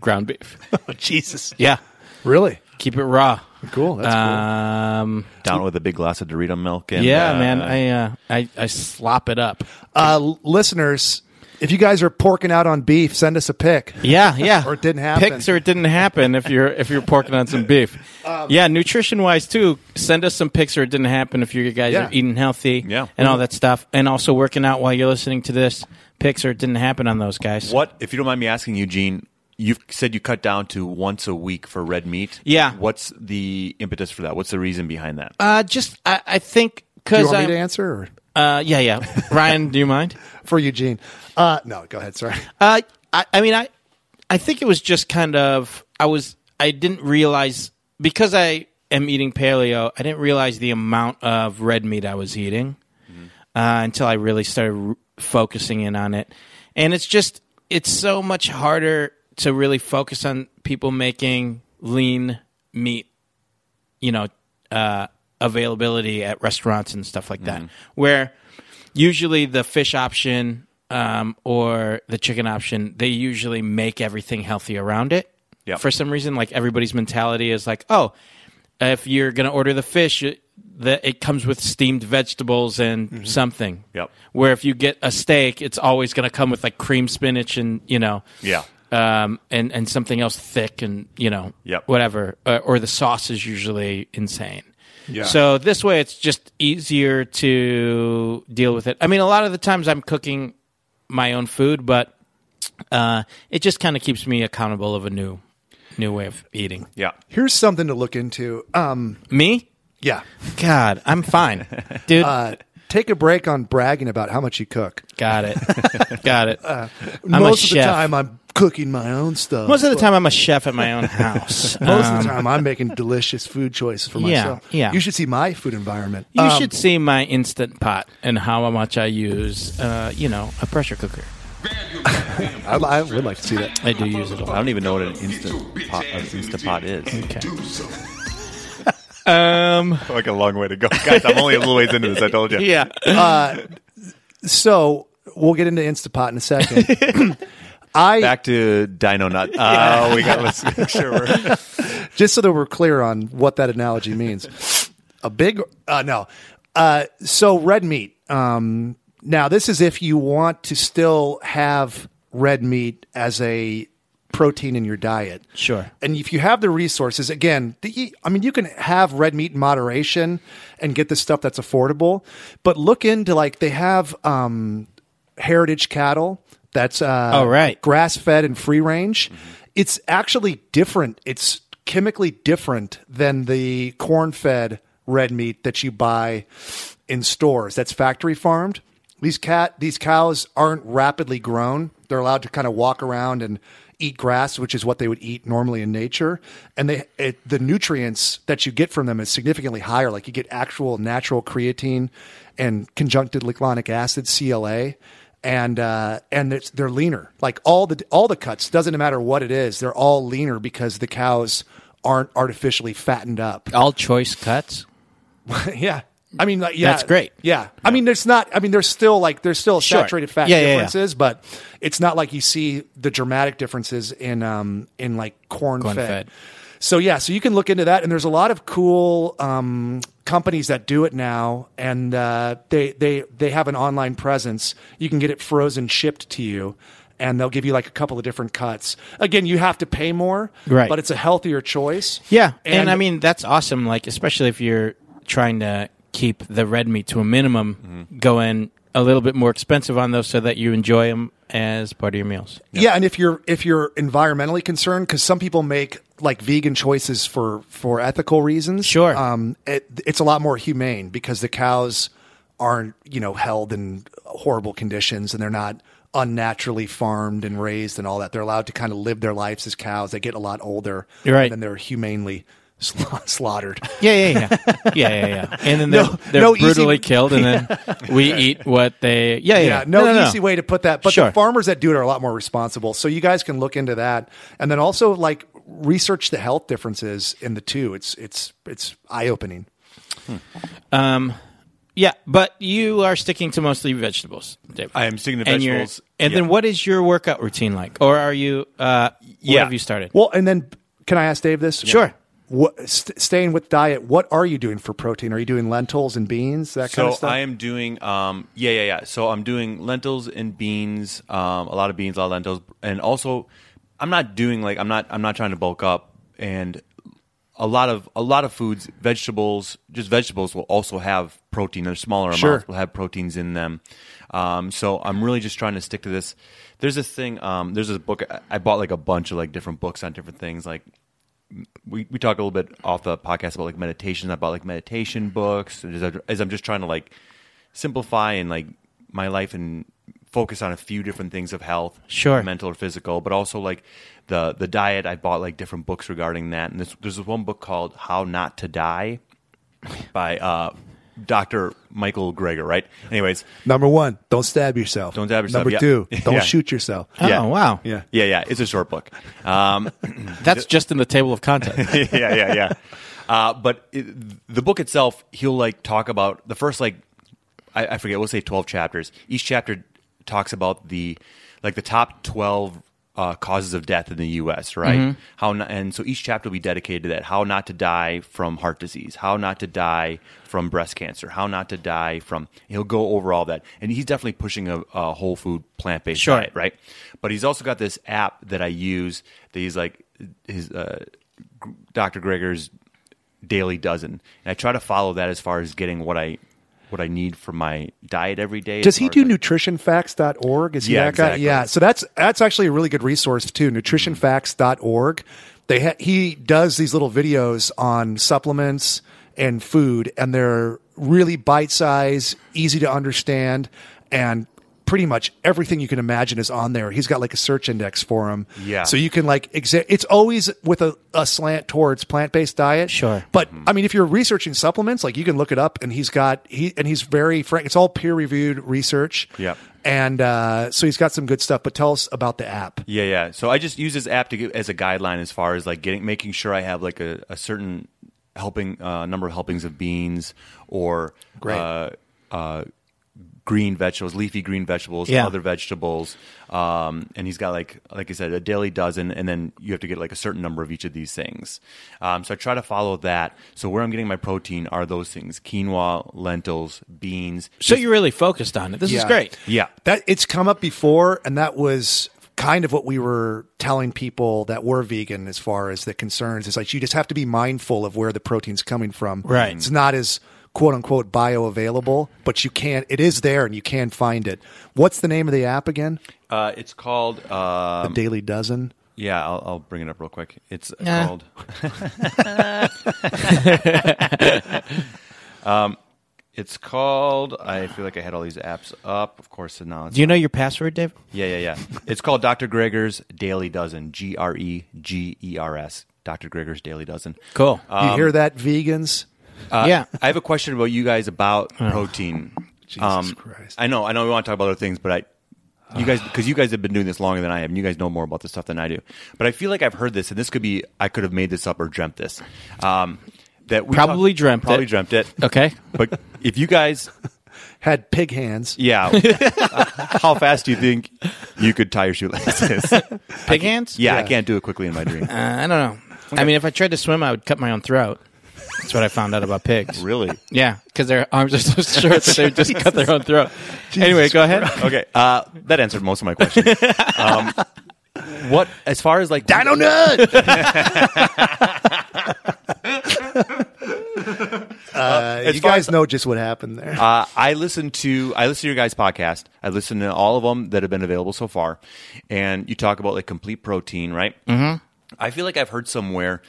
ground beef.
Oh, Jesus,
yeah,
really
keep it raw.
cool. That's
Um,
Down with a big glass of Dorito milk. And,
yeah,
uh,
man, I, uh, I I slop it up.
cool. Uh, l- listeners, if you guys are porking out on beef, send us a pic.
Yeah, yeah.
Or it didn't happen.
Pics or it didn't happen if you're if you're porking on some beef.
Um,
yeah, nutrition wise too. Send us some pics or it didn't happen if you guys
Yeah.
are eating healthy
Yeah.
and all that stuff. And also working out while you're listening to this. Pics or it didn't happen on those guys.
What, if you don't mind me asking, Eugene? You've said you cut down to once a week for red meat.
Yeah.
What's the impetus for that? What's the reason behind that?
Uh, just I, I think
Do you
because
want me to
I
answer or
uh, yeah yeah Ryan, do you mind?
for Eugene? Uh, no, go ahead. Sorry.
Uh, I, I mean, I, I think it was just kind of I was I didn't realize because I am eating paleo, I didn't realize the amount of red meat I was eating uh, until I really started r- focusing in on it, and it's just it's so much harder to really focus on people making lean meat, you know, uh, availability at restaurants and stuff like that,
Mm-hmm.
where usually the fish option um, or the chicken option, they usually make everything healthy around it.
Yep.
For some reason, like everybody's mentality is like, oh, if you're going to order the fish, it, the, it comes with steamed vegetables and something.
Mm-hmm. Yep.
Where if you get a steak, it's always going to come with like cream spinach and you know,
Yeah.
um, and and something else thick and you know,
Yep.
whatever. Uh, or the sauce is usually insane. Yeah. So this way, it's just easier to deal with it. I mean, a lot of the times I'm cooking my own food, but uh, it just kind of keeps me accountable of a new, new way of eating.
Yeah.
Here's something to look into. Um,
Me?
yeah.
God, I'm fine, dude.
Uh, take a break on bragging about how much you cook.
Got it. Got it. I'm
Uh, Most
a
of
chef.
the time, I'm cooking my own stuff.
Most of the time, I'm a chef at my own house.
Most
Um,
of the time, I'm making delicious food choices for
Yeah,
myself.
yeah.
You should see my food environment.
you
Um,
should see my instant pot and how much I use, uh, you know, a pressure cooker.
Grab your
I, Uh,
goddamn
I would like to see that.
I do use it a
I
lot.
don't even know what an
Get your
instant
bitch
pot, an
ass in the
instant
gym.
pot is.
Okay.
Do something.
Um,
like a long way to go, guys. I'm only a little ways into this. I told you.
yeah.
So we'll get into Instapot in a second. I
Back to Dino Nut. Oh, we got. Let's make sure we're.
just so that we're clear on what that analogy means. A big uh, no. Uh, so red meat. Um, now this is if you want to still have red meat as a protein in your diet.
Sure.
And if you have the resources, again, the, I mean, you can have red meat in moderation and get the stuff that's affordable. But look into like they have um, heritage cattle that's uh,
Oh, right.
grass fed and free range. It's actually different. It's chemically different than the corn fed red meat that you buy in stores that's factory farmed. These cat these cows aren't rapidly grown. They're allowed to kind of walk around and eat grass, which is what they would eat normally in nature. And they it, the nutrients that you get from them is significantly higher. Like you get actual natural creatine and conjunctivalonic acid CLA and uh, and it's, they're leaner. Like all the all the cuts doesn't matter what it is, they're all leaner because the cows aren't artificially fattened up.
All choice cuts.
yeah, I mean, like, yeah,
That's great.
Yeah. I mean, there's not. I mean, there's still like there's still
Sure.
saturated fat
Yeah, yeah, yeah.
differences, but it's not like you see the dramatic differences in um in like corn
Corn-fed.
fed. So yeah, so you can look into that, and there's a lot of cool um, companies that do it now, and uh, they they they have an online presence. You can get it frozen shipped to you, and they'll give you like a couple of different cuts. Again, you have to pay more,
Right.
But it's a healthier choice.
Yeah, and, I mean that's awesome. Like especially if you're trying to keep the red meat to a minimum, going a little bit more expensive on those so that you enjoy them as part of your meals.
Yeah, and if you're if you're environmentally concerned, because some people make like vegan choices for for ethical reasons.
Sure.
um, it, it's a lot more humane because the cows aren't you know held in horrible conditions and they're not unnaturally farmed and raised and all that. They're allowed to kind of live their lives as cows. They get a lot older,
You're right.
And then they're humanely sla- slaughtered.
Yeah, yeah, yeah, yeah, yeah, yeah. And then they're,
No-
they're
no easy-
brutally killed, and then we eat what they. Yeah, yeah.
Yeah,
yeah.
no, easy way to put that. But
Sure.
the farmers that do it are a lot more responsible. So you guys can look into that, and then also like research the health differences in the two. It's it's it's eye opening.
Yeah, but you are sticking to mostly vegetables. Dave.
I am sticking to
And you're-
vegetables.
And then
Yeah.
what is your workout routine like, or are you? Uh, What
Yeah.
have you started?
Well, and then can I ask Dave this?
Sure.
What st- staying with diet? What are you doing for protein? Are you doing lentils and beans that
So
kind of stuff?
I am doing. Um, yeah, yeah, yeah. So I'm doing lentils and beans. Um, a lot of beans, a lot of lentils, and also I'm not doing like I'm not. I'm not trying to bulk up and. A lot of a lot of foods, vegetables, just vegetables will also have protein. They're smaller amounts
Sure.
will have proteins in them. Um, so I'm really just trying to stick to this. There's this thing. Um, there's this book I- I bought like a bunch of like different books on different things. Like we, we talk a little bit off the podcast about like meditation about like meditation books and as, I, as i'm just trying to like simplify and like my life and focus on a few different things of health
Sure.
mental or physical but also like the the diet i bought like different books regarding that and this, there's this one book called how not to die by uh Dr. Michael Greger, right? Anyways,
Number one, don't stab yourself.
Don't stab yourself,
Number
yeah.
two, don't
Yeah.
shoot yourself.
Yeah.
Oh wow.
Yeah.
yeah, yeah, it's a short book. Um,
That's just in the table of contents.
yeah, yeah, yeah. Uh, but it, the book itself, he'll like talk about the first like I, I forget. We'll say twelve chapters. Each chapter talks about the like the top twelve uh, causes of death in the U.S. Right? How not, and so each chapter will be dedicated to that. How not to die from heart disease. How not to die from breast cancer. How not to die from. He'll go over all that, and he's definitely pushing a, a whole food plant based
Sure.
diet, right? But he's also got this app that I use that he's like his uh, G- Dr. Greger's daily dozen, and I try to follow that as far as getting what I what I need for my diet every day.
Does
as
he
far
do
as, like-
nutritionfacts.org? Is he that
Yeah,
guy?
exactly.
Yeah. So that's that's actually a really good resource too. Nutritionfacts.org. They ha- he does these little videos on supplements and food, and they're really bite size, easy to understand, and pretty much everything you can imagine is on there. He's got like a search index for him.
Yeah.
So you can like exa- it's always with a, a slant towards plant based diet.
Sure.
But
Mm-hmm.
I mean, if you're researching supplements, like you can look it up, and he's got he and he's very frank. It's all peer reviewed research.
Yep.
And uh, so he's got some good stuff. But tell us about the app.
Yeah, yeah. So I just use this app to get, as a guideline as far as like getting making sure I have like a, a certain helping uh, number of helpings of beans or
Great.
Uh, uh, green vegetables, leafy green vegetables,
Yeah.
other vegetables. Um, and he's got like like I said, a daily dozen, and then you have to get like a certain number of each of these things. Um, so I try to follow that. So where I'm getting my protein are those things: quinoa, lentils, beans.
So you're really focused on it. This is
Yeah.
great.
Yeah.
That it's come up before, and that was kind of what we were telling people that were vegan as far as the concerns is like you just have to be mindful of where the protein's coming from.
Right.
It's not as quote unquote bioavailable, but you can it is there and you can find it. What's the name of the app again?
Uh, it's called uh,
The Daily Dozen.
yeah. I'll, I'll bring it up real quick. It's
Nah.
called. Um, It's called. I feel like I had all these apps up. Of course, and now it's
Do you know your password, Dave?
yeah, yeah, yeah. It's called Dr. Gregor's Daily Dozen. G R E G E R S. Dr. Gregor's Daily Dozen.
Cool. Uh,
um,
you hear that, vegans?
yeah.
I have a question about you guys about
Oh.
protein. Jesus
Christ.
I know, I know. We want to talk about other things, but I, you guys, because you guys have been doing this longer than I have, and you guys know more about this stuff than I do. But I feel like I've heard this, and this could be I could have made this up or dreamt this. Um, that we
Probably dreamt
probably
it.
dreamt it.
Okay.
but if you guys
Had pig hands.
Yeah. How fast do you think you could tie your shoelaces? Yeah,
Pig hands?
I can't do it quickly in my dream.
Uh, I don't know. I mean, if I tried to swim, I would cut my own throat. That's what I found out about pigs.
really?
Yeah, because their arms are so short that they would just cut their own throat. anyway, go ahead.
Okay. Uh, that answered most of my question. Um, what, as far as like
Dino Nut. uh, you
far
guys know just what happened there.
Uh, I listen to I listen to your guys' podcast. I listen to all of them that have been available so far, and you talk about like complete protein, right? Mm-hmm. I feel like I've heard somewhere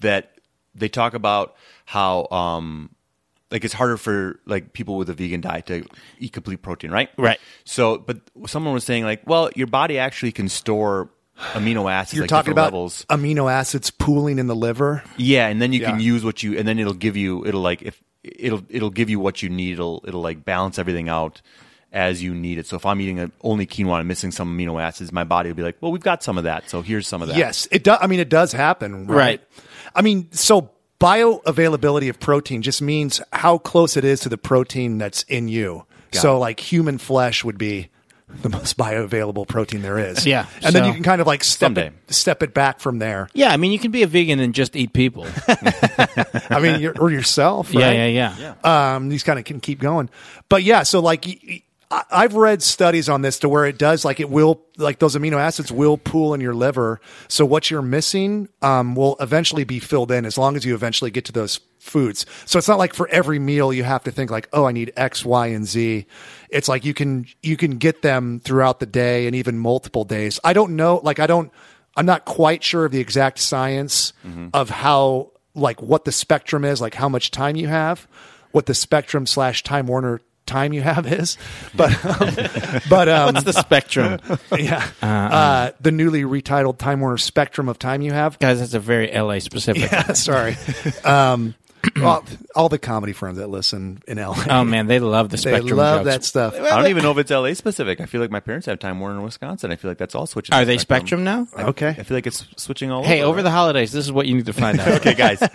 that they talk about how um, like it's harder for like people with a vegan diet to eat complete protein, right?
Right.
So, but someone was saying like, well, your body actually can store amino acids.
You're
like,
talking
different
about
levels.
amino acids pooling in the liver.
Yeah, and then you can
Yeah.
use what you, and then it'll give you, it'll like if it'll it'll give you what you need. It'll it'll like balance everything out as you need it. So if I'm eating a, only quinoa and missing some amino acids, my body will be like, well, we've got some of that, so here's some of that.
Yes, it does. I mean, it does happen, right?
Right.
I mean, so bioavailability of protein just means how close it is to the protein that's in you. so, like human flesh would be the most bioavailable protein there is.
Yeah,
and then
so-
you can kind of like step
Someday.
it, step it back from there.
Yeah, I mean, you can be a vegan and just eat people.
I mean, you're, or yourself.
Yeah,
right?
yeah, yeah.
um, these kind of can keep going. But yeah, so like y- y- I- I've read studies on this to where it does like it will like those amino acids will pool in your liver. So what you're missing um, will eventually be filled in as long as you eventually get to those foods. So it's not like for every meal you have to think like, oh, I need X, Y, and Z. It's like you can you can get them throughout the day and even multiple days. I don't know, like I don't. I'm not quite sure of the exact science of how like what the spectrum is, like how much time you have, what the spectrum slash Time Warner time you have is, but um, but um,
What's the spectrum?
yeah,
Uh-uh.
uh, the newly retitled Time Warner spectrum of time you have.
Guys, that's a very LA specific.
Sorry, um, all, all the comedy firms that listen in LA.
Oh man, they love the
they
Spectrum
love that
jokes.
stuff.
I don't even know if it's LA specific. I feel like my parents have Time Warner in Wisconsin. I feel like that's all switching.
Are
to
they Spectrum now?
Okay.
I feel like it's switching all
Hey,
over.
over the holidays, this is what you need to find out.
Okay, guys.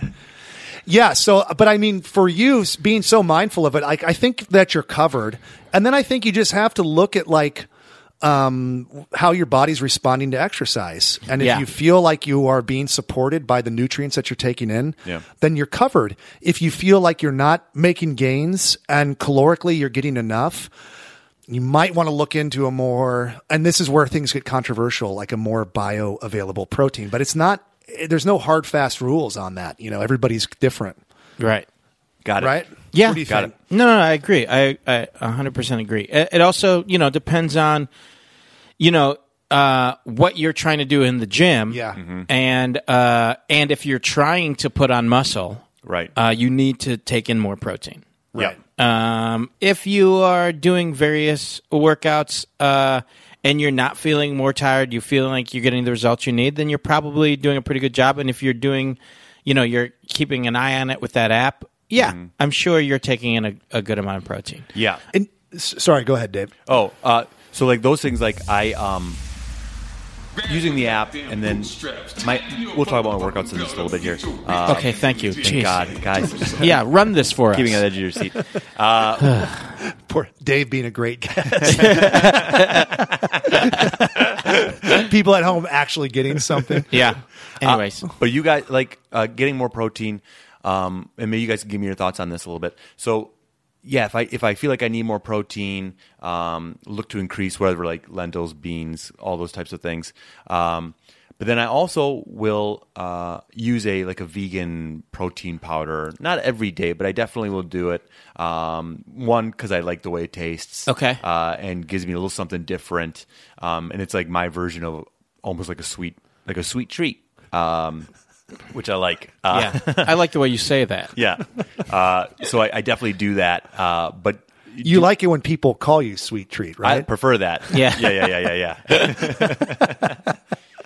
Yeah. So, but I mean, for you s- being so mindful of it, I, I think that you're covered. And then I think you just have to look at like um, how your body's responding to exercise. And if
Yeah.
you feel like you are being supported by the nutrients that you're taking in,
Yeah.
then you're covered. If you feel like you're not making gains and calorically you're getting enough, you might want to look into a more and this is where things get controversial like a more bioavailable protein but it's not there's no hard fast rules on that you know everybody's different
Right.
Got it.
right
Yeah.
What do you
Got
think?
it.
No, no, I agree. I, I 100% agree. It, it also, you know, depends on, you know, uh, what you're trying to do in the gym.
Yeah.
Mm-hmm.
Mhm.
And, uh, and if you're trying to put on muscle,
Right.
uh, you need to take in more protein.
Right.
Um, if you are doing various workouts uh, and you're not feeling more tired, you feel like you're getting the results you need, then you're probably doing a pretty good job. And if you're doing, you know, you're keeping an eye on it with that app, yeah, I'm sure you're taking in a, a good amount of protein.
Yeah.
And, s- sorry go ahead dave
Oh, uh, so like those things, like I um, using the app, and then my we'll talk about my workouts in just a little bit here. Uh,
Okay, thank you. Jeez.
thank God, guys,
Yeah, run this for us.
keeping on the edge of your seat.
poor dave being a great guy people at home actually getting something
yeah. Anyways,
But you guys like uh, getting more protein, um, and maybe you guys can give me your thoughts on this a little bit. So, yeah, if I if I feel like I need more protein, um, look to increase whatever like lentils, beans, all those types of things. Um, but then I also will uh, use a like a vegan protein powder. Not every day, but I definitely will do it. Um, one because I like the way it tastes.
Okay.
uh, and gives me a little something different. Um, and it's like my version of almost like a sweet, like a sweet treat, um, which I like. Uh,
yeah, I like the way you say that.
yeah. Uh, so I, I definitely do that. Uh, but
you like it when people call you sweet treat
I
right
prefer that.
Yeah.
Yeah. Yeah. Yeah. Yeah.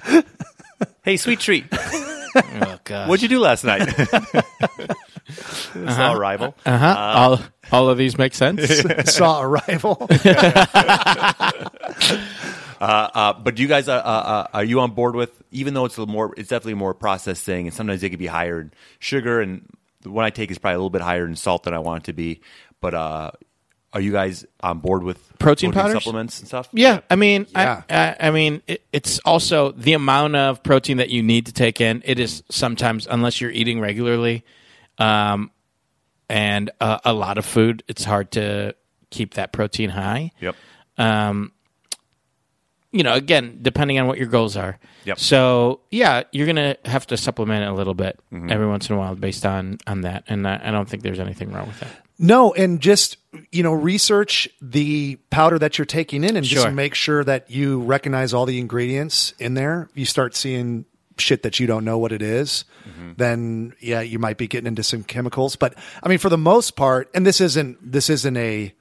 Yeah. hey, sweet treat.
Oh, God.
What'd you do last night? Saw a rival.
Uh-huh. all, all of these make sense.
saw arrival
Uh, but do you guys, uh, uh, uh, are you on board with? Even though it's a little more, it's definitely a more processed thing, and sometimes it could be higher in sugar, and the one I take is probably a little bit higher in salt than I want it to be. But uh, are you guys on board with
Protein powders?
supplements, and stuff?
Yeah, I mean, I
Yeah.
I, I mean, it, it's also the amount of protein that you need to take in. It is sometimes, unless you're eating regularly, um, and uh, a lot of food, it's hard to keep that protein high.
Yep.
Um, you know, again, depending on what your goals are.
Yep.
So yeah, you're gonna have to supplement it a little bit
Mm-hmm.
every once in a while based on on that, and I, I don't think there's anything wrong with that.
No, and just you know, research the powder that you're taking in, and
Sure.
just make sure that you recognize all the ingredients in there. You start seeing shit that you don't know what it is,
Mm-hmm.
then yeah, you might be getting into some chemicals. But I mean, for the most part, and this isn't this isn't a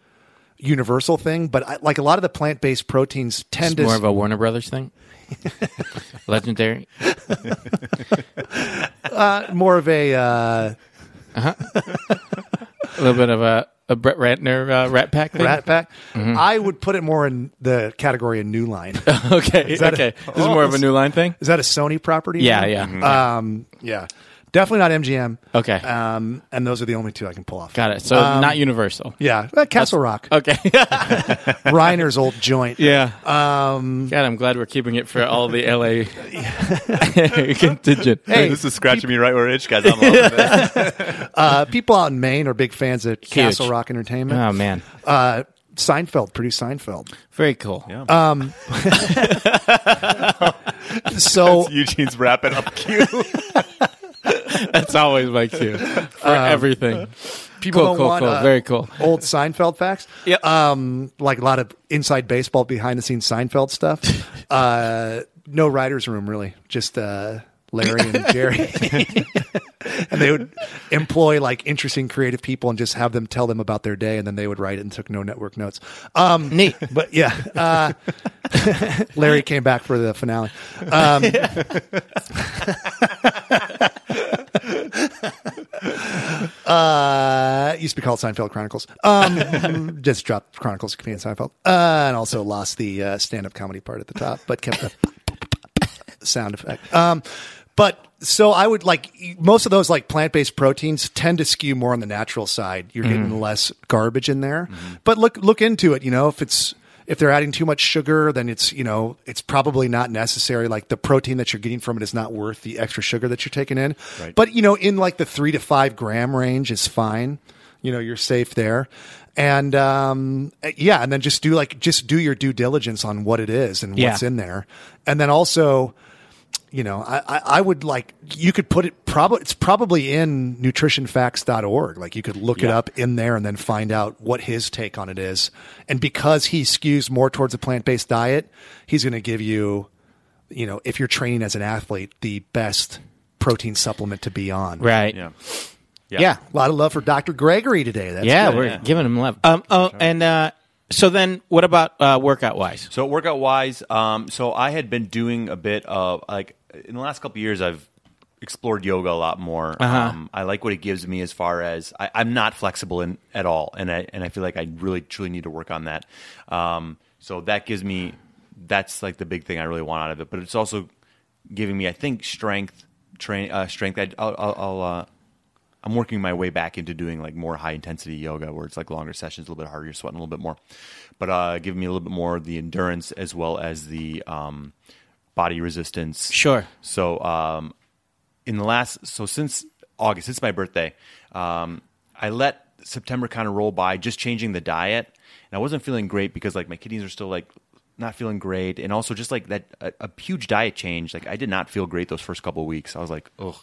universal thing, but I, like a lot of the plant based proteins tend
It's
to
more of a Warner Brothers thing. Legendary.
more of a uh,
a little bit of a, a Brett Ratner uh, Rat Pack thing.
rat pack. I would put it more in the category of new line.
okay, okay. this is more of a Oh, new line thing.
Is that a Sony property?
Yeah,
now?
yeah. Uh,
Um, yeah, definitely not MGM.
Okay.
Um, and those are the only two I can pull off.
Got it. So not Universal.
Yeah, uh, Castle Rock,
Okay.
Reiner's old joint.
yeah. Um, God, I'm glad we're keeping it for all the LA contingent.
Hey,
this is scratching me right where it itches, guys. I'm all over this.
Uh, people out in Maine are big fans of Castle Rock Entertainment.
Oh man,
Uh, Seinfeld produced Seinfeld.
very cool.
So
Eugene's wrapping up cue.
That's always my cue for everything.
people
cool,
don't
cool,
want
cool.
uh,
Very cool.
old Seinfeld facts.
Yep.
Um, like a lot of inside baseball, behind the scenes Seinfeld stuff. Uh, no writers' room really, just uh, Larry and Jerry, and they would employ like interesting creative people and just have them tell them about their day, and then they would write it and took no network notes. Um,
Neat.
but yeah, uh, Larry came back for the finale. Um, Uh, it used to be called Seinfeld Chronicles. Um, just dropped Chronicles of Comedian Seinfeld, uh, and also lost the uh, stand-up comedy part at the top, but kept the sound effect. Um, but so I would like most of those like plant-based proteins tend to skew more on the natural side. You're getting less garbage in there, but look look into it. You know, if it's if they're adding too much sugar, then it's you know it's probably not necessary. Like the protein that you're getting from it is not worth the extra sugar that you're taking in. But you know, in like the three to five gram range is fine. You know, you're safe there. And um, yeah, and then just do like just do your due diligence on what it is and
Yeah.
what's in there, and then also you know, I, I, I would like you could put it probably it's probably in nutritionfacts.org. Like you could look it up in there and then find out what his take on it is. And because he skews more towards a plant based diet, he's going to give you, you know, if you're training as an athlete, the best protein supplement to be on.
Right.
Yeah.
yeah.
A lot of love for Dr. Gregory today. That's
yeah,
good.
we're giving him love. Um, oh, and uh, so then, what about uh, workout wise?
So workout wise, um, so I had been doing a bit of like in the last couple of years, I've explored yoga a lot more. Um, I like what it gives me as far as I, I'm not flexible in, at all, and I and I feel like I really truly need to work on that. Um, so that gives me that's like the big thing I really want out of it. But it's also giving me, I think, strength train uh, strength. I, I'll, I'll, I'll uh, I'm working my way back into doing like more high intensity yoga where it's like longer sessions, a little bit harder, you're sweating a little bit more, but uh, giving me a little bit more of the endurance as well as the um, body resistance.
Sure.
So um, in the last, so since August, since my birthday, um, I let September kind of roll by, just changing the diet, and I wasn't feeling great because like my kidneys are still like not feeling great, and also just like that a, a huge diet change. Like I did not feel great those first couple of weeks. I was like, ugh,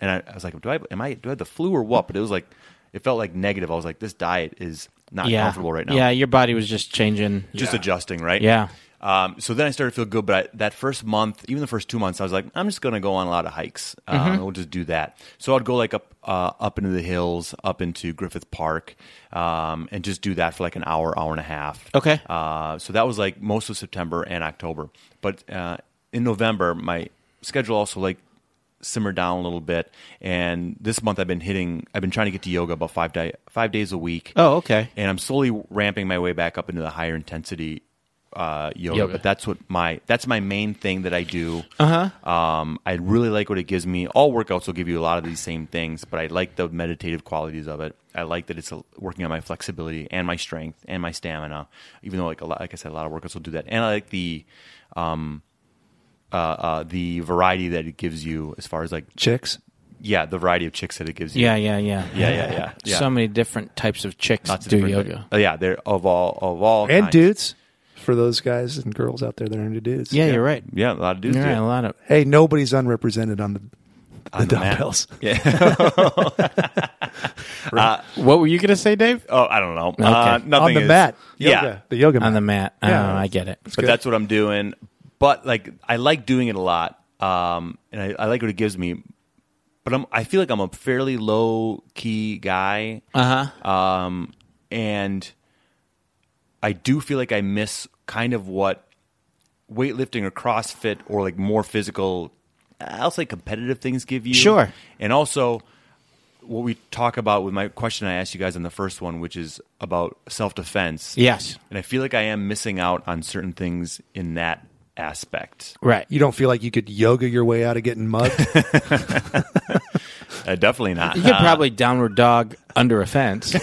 and I, I was like, do I am I do I have the flu or what? But it was like it felt like negative. I was like, this diet is not
yeah.
comfortable right now.
Yeah, your body was just changing.
just adjusting, right?
Yeah.
Um, so then I started to feel good, but I, that first month, even the first two months, I was like, I'm just going to go on a lot of hikes. Um,
Mm-hmm.
We'll just do that. So I'd go like up uh, up into the hills, up into Griffith Park, um, and just do that for like an hour, hour and a half.
Okay.
Uh, so that was like most of September and October. But uh, in November, my schedule also like simmered down a little bit. And this month, I've been hitting, I've been trying to get to yoga about five day, five days a week
Oh, okay.
and I'm slowly ramping my way back up into the higher intensity uh, yoga,
Yoga.
But that's what my that's my main thing that I do. Uh
Uh-huh.
huh. Um, I really like what it gives me. All workouts will give you a lot of these same things, but I like the meditative qualities of it. I like that it's uh, working on my flexibility and my strength and my stamina. Even though, like a lot, like I said, a lot of workouts will do that, and I like the. Um, uh, uh, the variety that it gives you, as far as like,
Chicks.
yeah, the variety of chicks that it gives you,
Yeah, yeah, yeah,
yeah, yeah, yeah. yeah.
So many different types of chicks
Lots of
do
different-
yoga.
Oh, yeah, they're of all of all
And
kinds.
dudes. For those guys and girls out there that are into dudes.
Yeah, you're right.
Yeah, a lot of dudes.
You're
do
right.
it.
A lot of
Hey, nobody's unrepresented on the, the
the map.
dumbbells.
what were you gonna say, Dave?
Oh, I don't know. Uh,
Okay.
nothing
on the
is-
mat.
Yeah,
Yoga. The yoga mat.
On the mat.
Yeah.
Oh, I get it.
but
good.
that's what I'm doing. But like, I like doing it a lot, um, and I, I like what it gives me. But I'm, I feel like I'm a fairly low key guy,
Uh huh.
um, and I do feel like I miss kind of what weightlifting or CrossFit or like more physical, I'll say competitive things give you.
Sure.
And also, what we talk about with my question I asked you guys on the first one, which is about self defense.
Yes.
And I feel like I am missing out on certain things in that aspect.
Right.
You don't feel like you could yoga your way out of getting mugged?
Uh, definitely not.
You could
Uh,
probably downward dog under a fence.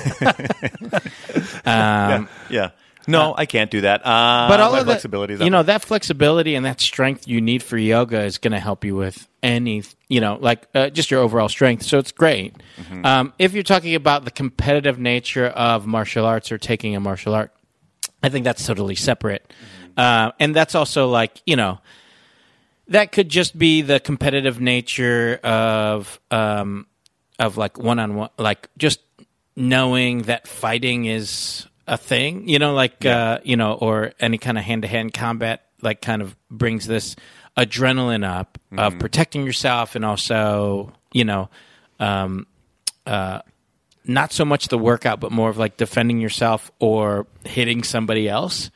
yeah. No, I can't do that. Uh,
but all
my
of the,
flexibility is
you
up.
know that flexibility and that strength you need for yoga is going to help you with any you know like uh, just your overall strength so it's great
Mm-hmm.
um, if you're talking about the competitive nature of martial arts or taking a martial art i think that's totally separate
Mm-hmm.
Uh, and that's also like you know that could just be the competitive nature of um of like one on one like just knowing that fighting is a thing you know like uh you know or any kind of hand to hand combat like kind of brings this adrenaline up of protecting yourself and also you know um not so much the workout, but more of like defending yourself or hitting somebody else.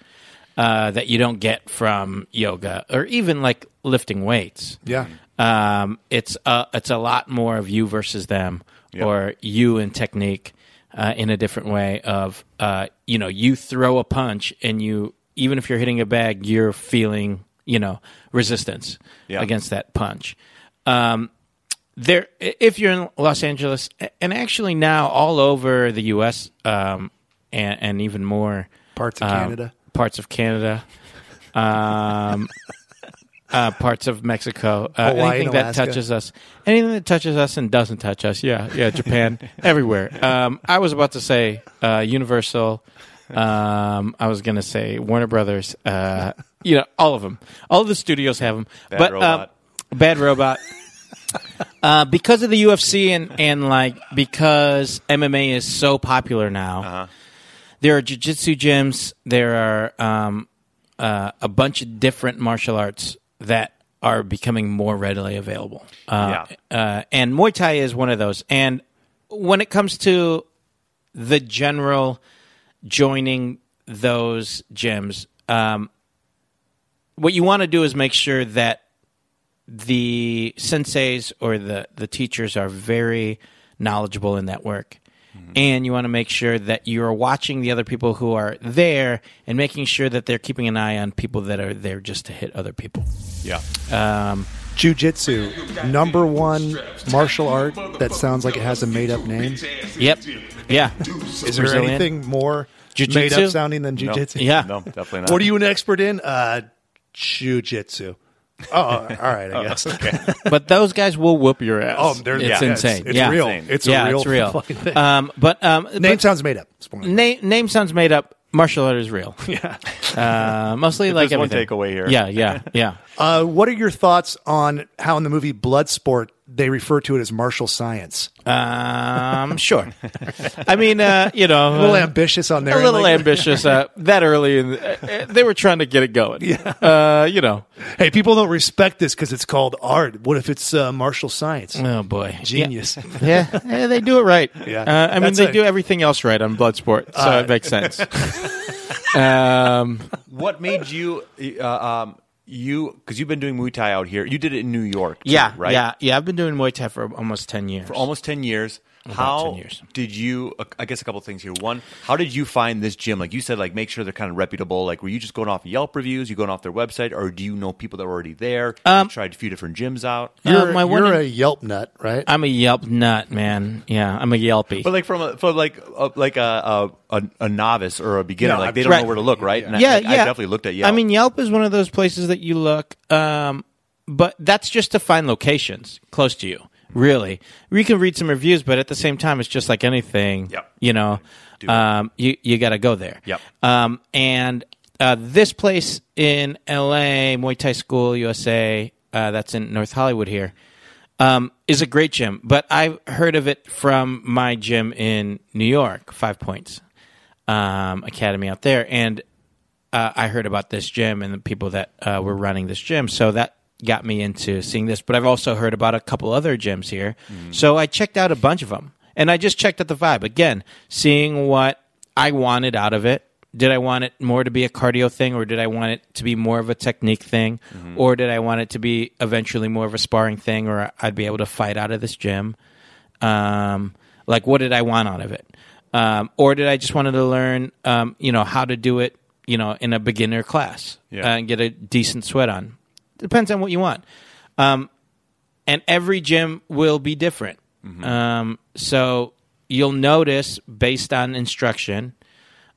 uh, that you don't get from yoga or even like lifting weights.
Yeah.
Um, it's a it's a lot more of you versus them, or you and technique uh, in a different way. Of uh, you know, you throw a punch, and you even if you're hitting a bag, you're feeling you know resistance
Yeah.
against that punch. Um, there, i- if you're in Los Angeles, a- and actually now all over the U.S. Um, and, and even more
Parts of
um,
Canada.
parts of Canada. Um, uh, parts of Mexico. Uh,
Hawaii
anything
and
that
Alaska.
touches us, anything that touches us and doesn't touch us. Yeah, yeah. Japan, everywhere. Um, I was about to say uh, Universal. Um, I was going to say Warner Brothers. Uh, you know, all of them. All of the studios have them.
Bad
but
Robot.
Um, bad robot. Uh, because of the UFC and, and like because MMA is so popular now,
Uh-huh.
there are jiu-jitsu gyms. There are um, uh, a bunch of different martial arts that are becoming more readily available. Uh, uh, and Muay Thai is one of those. And when it comes to the general joining those gyms, um, what you want to do is make sure that the senseis or the, the teachers are very knowledgeable in that work. And you want to make sure that you're watching the other people who are there and making sure that they're keeping an eye on people that are there just to hit other people.
Yeah.
Jiu-jitsu, number one martial art that sounds like it has a made-up name.
Yep. Yeah.
Is there
Brazilian.
anything more
Jiu-jitsu?
made-up sounding than jiu-jitsu?
Yeah.
No, definitely not.
What are you an expert in? Uh, jiu-jitsu. Oh, all right, I guess.
But those guys will whoop your ass.
Oh, they're-
it's
yeah, it's-
insane.
it's
yeah.
real.
Insane.
It's
yeah,
a real
it's real.
fucking thing.
Um, but um,
Name
but
sounds made up. It's one of them.
name, name sounds made up. Martial art is real. Yeah. Uh, mostly like
there's one
everything.
takeaway here.
Yeah, yeah, yeah.
Uh, what are your thoughts on how in the movie Bloodsport they refer to it as martial science?
Um, sure. I mean, uh, you know,
A little
uh,
ambitious on
a
their end,
little
like,
ambitious uh, that early. In the, uh, uh, they were trying to get it going. Yeah. Uh, you know.
hey, people don't respect this because it's called art. What if it's uh, martial science?
Oh boy.
Genius.
Yeah. yeah. eh, they do it right.
Yeah.
Uh, I mean,
That's Uh,
they
it.
do everything else right on Bloodsport, so it makes sense. um,
What made you, uh, um, you, because you've been doing Muay Thai out here. You did it in New York. too,
yeah.
Right?
Yeah. Yeah. I've been doing Muay Thai for almost ten years.
For almost 10 years. How
10 years.
did you, I guess a couple things here. One, how did you find this gym? Like you said, like make sure they're kind of reputable. Like were you just going off Yelp reviews? You going off their website? Or do you know people that were already there? you tried a few different gyms out.
You're,
Uh, Um, my one
you're
in-
a Yelp nut, right?
I'm a Yelp nut, man. Yeah. I'm a Yelpie.
But like from a, from like a, like a, a a- a novice or a beginner,
No,
like they
I'm-
don't
right.
know where to look, right? And I-
yeah,
like,
yeah.
I definitely looked at Yelp.
I mean, Yelp is one of those places that you look, um, but that's just to find locations close to you. Really, you can read some reviews, but at the same time, it's just like anything.
Yep.
You know, um, you you got to go there.
Yep.
Um, and uh, this place in L.A., Muay Thai School USA, uh, that's in North Hollywood here, um, is a great gym. But I've heard of it from my gym in New York, Five Points um, Academy out there, and uh, I heard about this gym and the people that uh, were running this gym. So that got me into seeing this. But I've also heard about a couple other gyms here. So I checked out a bunch of them. And I just checked out the vibe. Again, seeing what I wanted out of it. Did I want it more to be a cardio thing, or did I want it to be more of a technique thing, or did I want it to be eventually more of a sparring thing, or I'd be able to fight out of this gym? um, like what did i want out of it um, or did i just wanted to learn um, you know how to do it you know in a beginner class
Yeah.
uh, and get a decent sweat on depends on what you want um, and every gym will be different um, so you'll notice based on instruction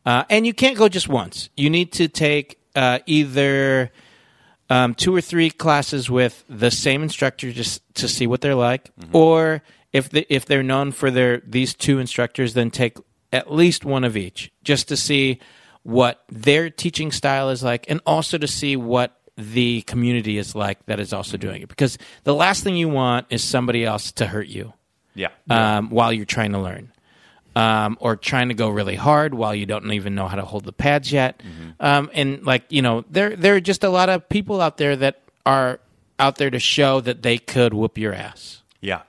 uh, and you can't go just once you need to take uh, either um, two or three classes with the same instructor just to see what they're like, or if the, if they're known for their these two instructors, then take at least one of each just to see what their teaching style is like, and also to see what the community is like that is also doing it. Because the last thing you want is somebody else to hurt you
yeah,
um, while you're trying to learn, um, or trying to go really hard while you don't even know how to hold the pads yet. Um, and like you know, there there are just a lot of people out there that are out there to show that they could whoop your ass.
yeah.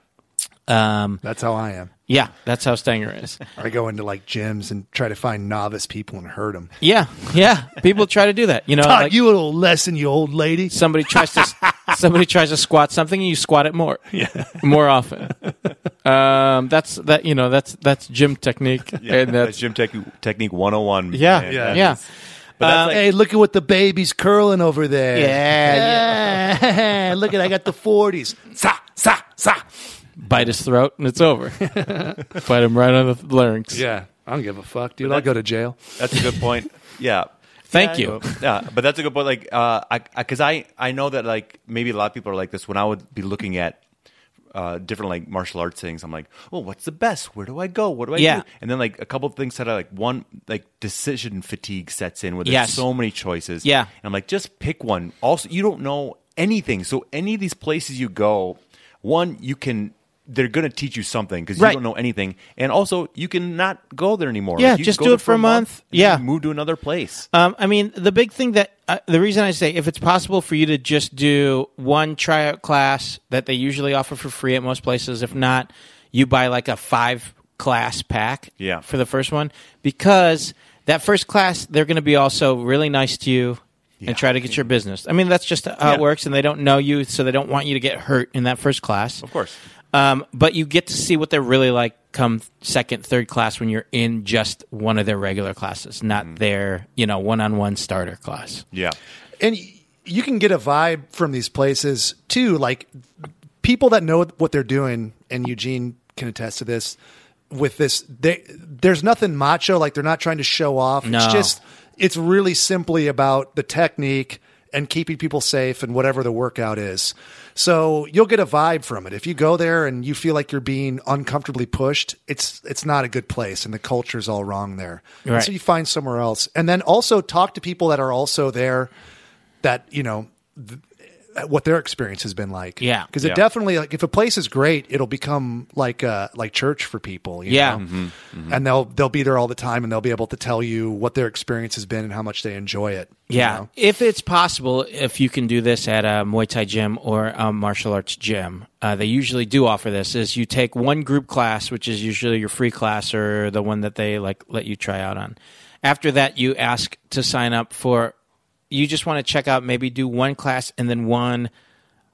Um,
That's how I am.
yeah, that's how Stanger is.
I go into like gyms and try to find novice people and hurt them.
Yeah, yeah. People try to do that. You know, like
Ah, you little lesson, you old lady.
somebody tries to somebody tries to squat something, and you squat it more, yeah, more often. Um, that's that. You know, that's that's gym technique, and
that's
that's
gym tech, technique 101.
yeah,
man.
yeah,
That
yeah.
is- but that's like,
hey, look at what the baby's curling over there.
Yeah,
yeah. look at I got the forties. Sa sa sa.
Bite his throat, and it's over. Bite him right on the larynx.
Yeah, I don't give a fuck, dude. I'll
that's-
go to jail.
that's a good point. Yeah.
Thank you.
yeah, but that's a good point. Like, uh, I, I, cause I, I know that like maybe a lot of people are like this when I would be looking at, uh, different like martial arts things. I'm like, oh, what's the best? Where do I go? What do I
Yeah.
do? And then like a couple of things that I like one, like decision fatigue sets in where there's
Yes.
so many choices.
Yeah.
And I'm like, just pick one. Also, you don't know anything. So any of these places you go, one, you can, they're going to teach you something because
Right.
you don't know anything. And also you can not go there anymore.
Yeah,
Like, you
just
go
do
there
it for a month.
and then
Yeah.
you Move to another place.
Um, I mean, the big thing that uh, the reason I say if it's possible for you to just do one tryout class that they usually offer for free at most places, if not, you buy like a five class pack
Yeah.
for the first one because that first class they're going to be also really nice to you and try to get your business. I mean, that's just how
Yeah.
it works, and they don't know you, so they don't want you to get hurt in that first class.
Of course.
Um, but you get to see what they're really like come second, third class when you're in just one of their regular classes, not
Mm-hmm.
their, you know, one on one starter class.
Yeah.
And y- you can get a vibe from these places too. Like people that know what they're doing, and Eugene can attest to this. With this, they, there's nothing macho. Like they're not trying to show off.
No.
It's just it's really simply about the technique and keeping people safe and whatever the workout is. So you'll get a vibe from it. If you go there and you feel like you're being uncomfortably pushed, it's it's not a good place and the culture's all wrong there. And
Right.
So you find somewhere else. And then also talk to people that are also there that, you know, th- uh, what their experience has been like.
Yeah.
Because it
Yeah.
definitely like if a place is great, it'll become like uh like church for people. you
Yeah.
know?
Mm-hmm.
and they'll they'll be there all the time and they'll be able to tell you what their experience has been and how much they enjoy it. you
Yeah.
know?
If it's possible, if you can do this at a Muay Thai gym or a martial arts gym, uh, they usually do offer this is you take one group class, which is usually your free class or the one that they like let you try out on. After that, you ask to sign up for, you just want to check out, maybe do one class and then one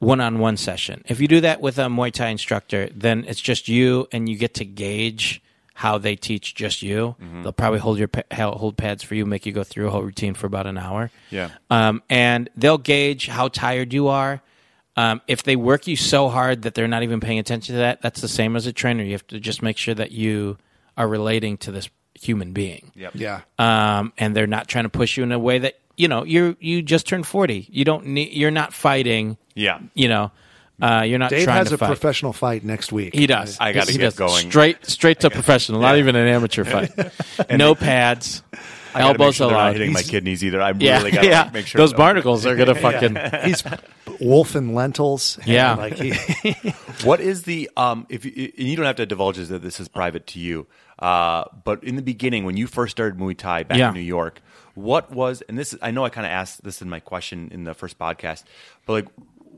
one-on-one session. If you do that with a Muay Thai instructor, then it's just you, and you get to gauge how they teach just you. They'll probably hold your pa- hel- hold pads for you, make you go through a whole routine for about an hour.
Yeah.
um, and they'll gauge how tired you are. Um, if they work you so hard that they're not even paying attention to that, that's the same as a trainer. You have to just make sure that you are relating to this human being
Yeah.
um, and they're not trying to push you in a way that you know you you just turned forty. You don't need. You're not fighting.
Yeah.
You know, uh, you're not
Dave
trying
has
to
a
fight.
professional fight next week.
he does.
I gotta
He
get
does.
going.
Straight straight to professional. Not even an amateur fight. no pads.
Gotta make
Elbows
sure they're not
allowed.
hitting my
He's-
kidneys either. I'm
yeah,
really gotta
yeah.
like, make sure
Those
that-
barnacles are gonna fucking.
He's wolf and lentils. and,
Yeah.
like he,
What is the um? If you, and you don't have to divulge this, that this is private to you. Uh, but in the beginning, when you first started Muay Thai back
Yeah.
in New York, what was and this? is- I know I kind of asked this in my question in the first podcast, but like,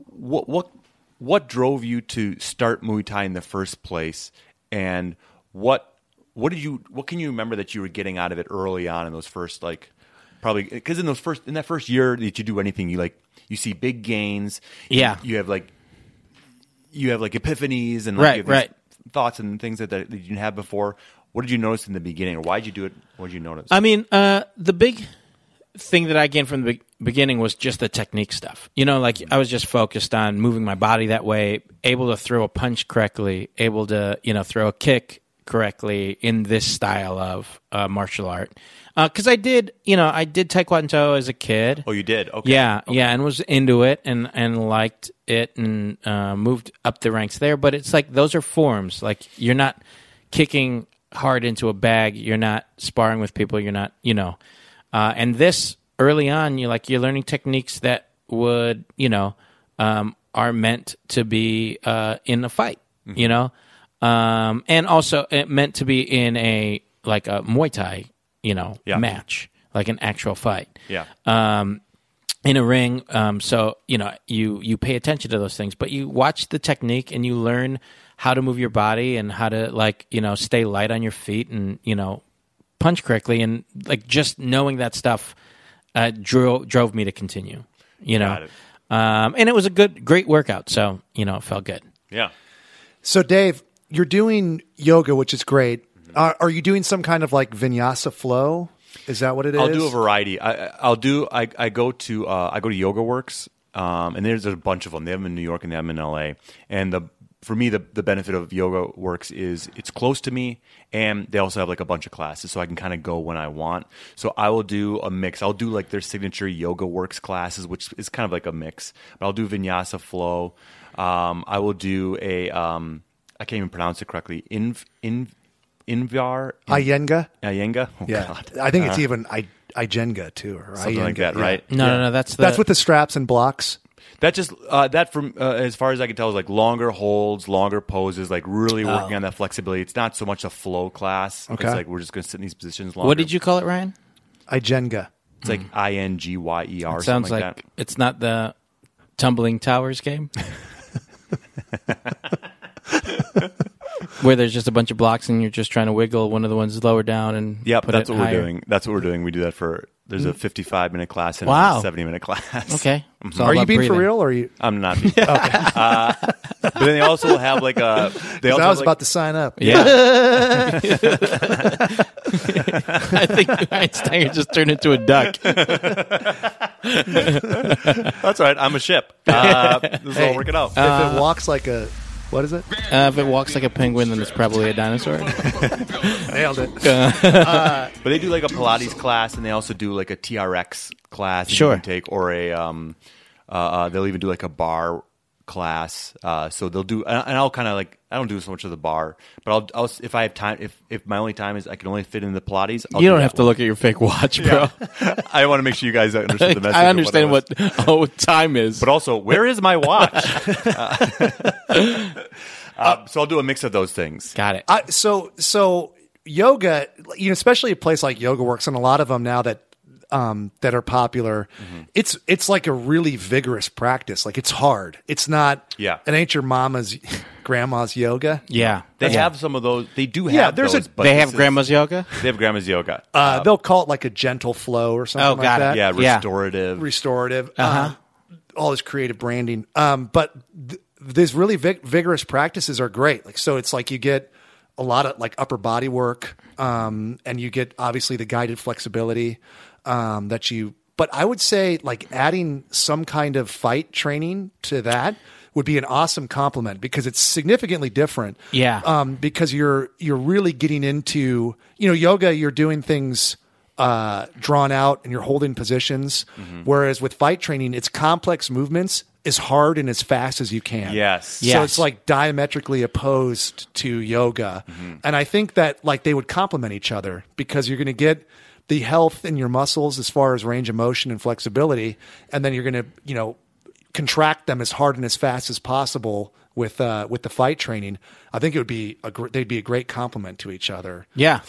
what what what drove you to start Muay Thai in the first place, and what what did you what can you remember that you were getting out of it early on in those first like probably because in those first in that first year that you do anything you like you see big gains
Yeah.
you have like you have like epiphanies and like,
Right,
you have
right.
these thoughts and things that, that you didn't have before. What did you notice in the beginning, or why did you do it? What did you notice?
I mean, uh, the big thing that I gained from the be- beginning was just the technique stuff. You know, like I was just focused on moving my body that way, able to throw a punch correctly, able to you know throw a kick correctly in this style of uh, martial art. Because I did, you know, I did taekwondo as a kid.
oh, you did. Okay.
Yeah, yeah, and was into it and and liked it and uh, moved up the ranks there. But it's like those are forms. Like you're not kicking hard into a bag. You're not sparring with people. You're not, you know. Uh, and this early on, you are like you're learning techniques that would, you know, um, are meant to be uh, in a fight.
Mm-hmm.
You know, um, and also it meant to be in a like a Muay Thai, you know,
Yeah.
match, like an actual fight
Yeah.
um, in a ring. Um, so you know you you pay attention to those things, but you watch the technique and you learn how to move your body and how to like you know stay light on your feet and you know punch correctly and like just knowing that stuff uh, drove drove me to continue. You know,
it.
um, and it was a good great workout, so you know it felt good.
Yeah.
So, Dave, you're doing yoga, which is great.
Mm-hmm.
Are are you doing some kind of like vinyasa flow? Is that what it is?
I'll do a variety. I, I- I'll do. I, I go to. Uh, I go to Yoga Works, um, and there's a bunch of them. They have them in New York and they have them in L.A. And the for me, the the benefit of Yoga Works is it's close to me, and they also have like a bunch of classes, so I can kind of go when I want. So I will do a mix. I'll do like their signature Yoga Works classes, which is kind of like a mix. But I'll do Vinyasa flow. Um, I will do a. Um, I can't even pronounce it correctly. Inv in. Invar
Iyengar?
Iyengar. Oh,
Yeah,
God.
I think it's even I, Ijenga too, or
Something like
Iyengar,
that,
yeah.
right?
No, no, no, that's the,
That's with the straps and blocks.
That just uh, that from uh, as far as I can tell is like longer holds, longer poses, like really
Oh.
working on that flexibility. It's not so much a flow class.
Okay.
It's like we're just going to sit in these positions longer.
what did you call it, Ryan?
Ijenga.
It's like I N G Y E R.
Sounds
something
like,
like,
it's not the tumbling towers game. Where there's just a bunch of blocks and you're just trying to wiggle one of the ones lower down and
that. Yep,
put
that's
it
what we're
higher. Mm.
doing. That's what we're doing. We do that for. There's a 55 minute class and
Wow.
a 70 minute class.
Okay.
Mm-hmm.
It's all
Are you
about
being for
breathing.
real? Or are you?
I'm not. Being, Uh, but then they also have like a. They also
I was
have, like-
about to sign up.
Yeah.
I think Einstein just turned into a duck. Uh,
that's all right. I'm a ship. Uh, this is all working out.
if it walks like a, what is it?
Uh, if it walks like a penguin, then it's probably a dinosaur.
Nailed it.
But they do like a Pilates class, and they also do like a TRX class. that you
Sure.
can take or a um, uh, uh, they'll even do like a bar class. Uh, so they'll do, and and I'll kind of like I don't do so much of the bar, but I'll, I'll if I have time, if if my only time is I can only fit in the Pilates, I'll
you
do
don't
that
have to
one.
look at your fake watch, bro.
I want to make sure you guys understand the message.
I
of
understand
was-
what oh what time is.
but also where is my watch? uh, so I'll do a mix of those things.
Got it.
I, so so yoga, you know, especially a place like Yoga Works, and a lot of them now that um, that are popular,
Mm-hmm.
it's it's like a really vigorous practice. Like it's hard. It's not.
Yeah.
It ain't your mama's, grandma's yoga.
yeah,
They
Yeah.
have some of those. They do have.
Yeah, there's a-
those, but
They
this
have
is-
grandma's yoga.
They have grandma's yoga.
Uh, they'll call it like a gentle flow or something
Oh,
like
got it.
that.
yeah,
yeah.
restorative.
restorative. uh all this creative branding. Um, but th- these really vig- vigorous practices are great. Like so, it's like you get a lot of like upper body work, um, and you get obviously the guided flexibility um, that you. But I would say like adding some kind of fight training to that would be an awesome complement because it's significantly different.
Yeah.
Um, because you're you're really getting into you know yoga. You're doing things uh, drawn out and you're holding positions. Whereas with fight training, it's complex movements as hard and as fast as you can.
Yes.
So
Yes.
it's like diametrically opposed to yoga.
Mm-hmm.
And I think that like they would complement each other because you're going to get the health in your muscles as far as range of motion and flexibility. And then you're going to, you know, contract them as hard and as fast as possible with, uh, with the fight training. I think it would be a gr- they'd be a great complement to each other.
Yeah,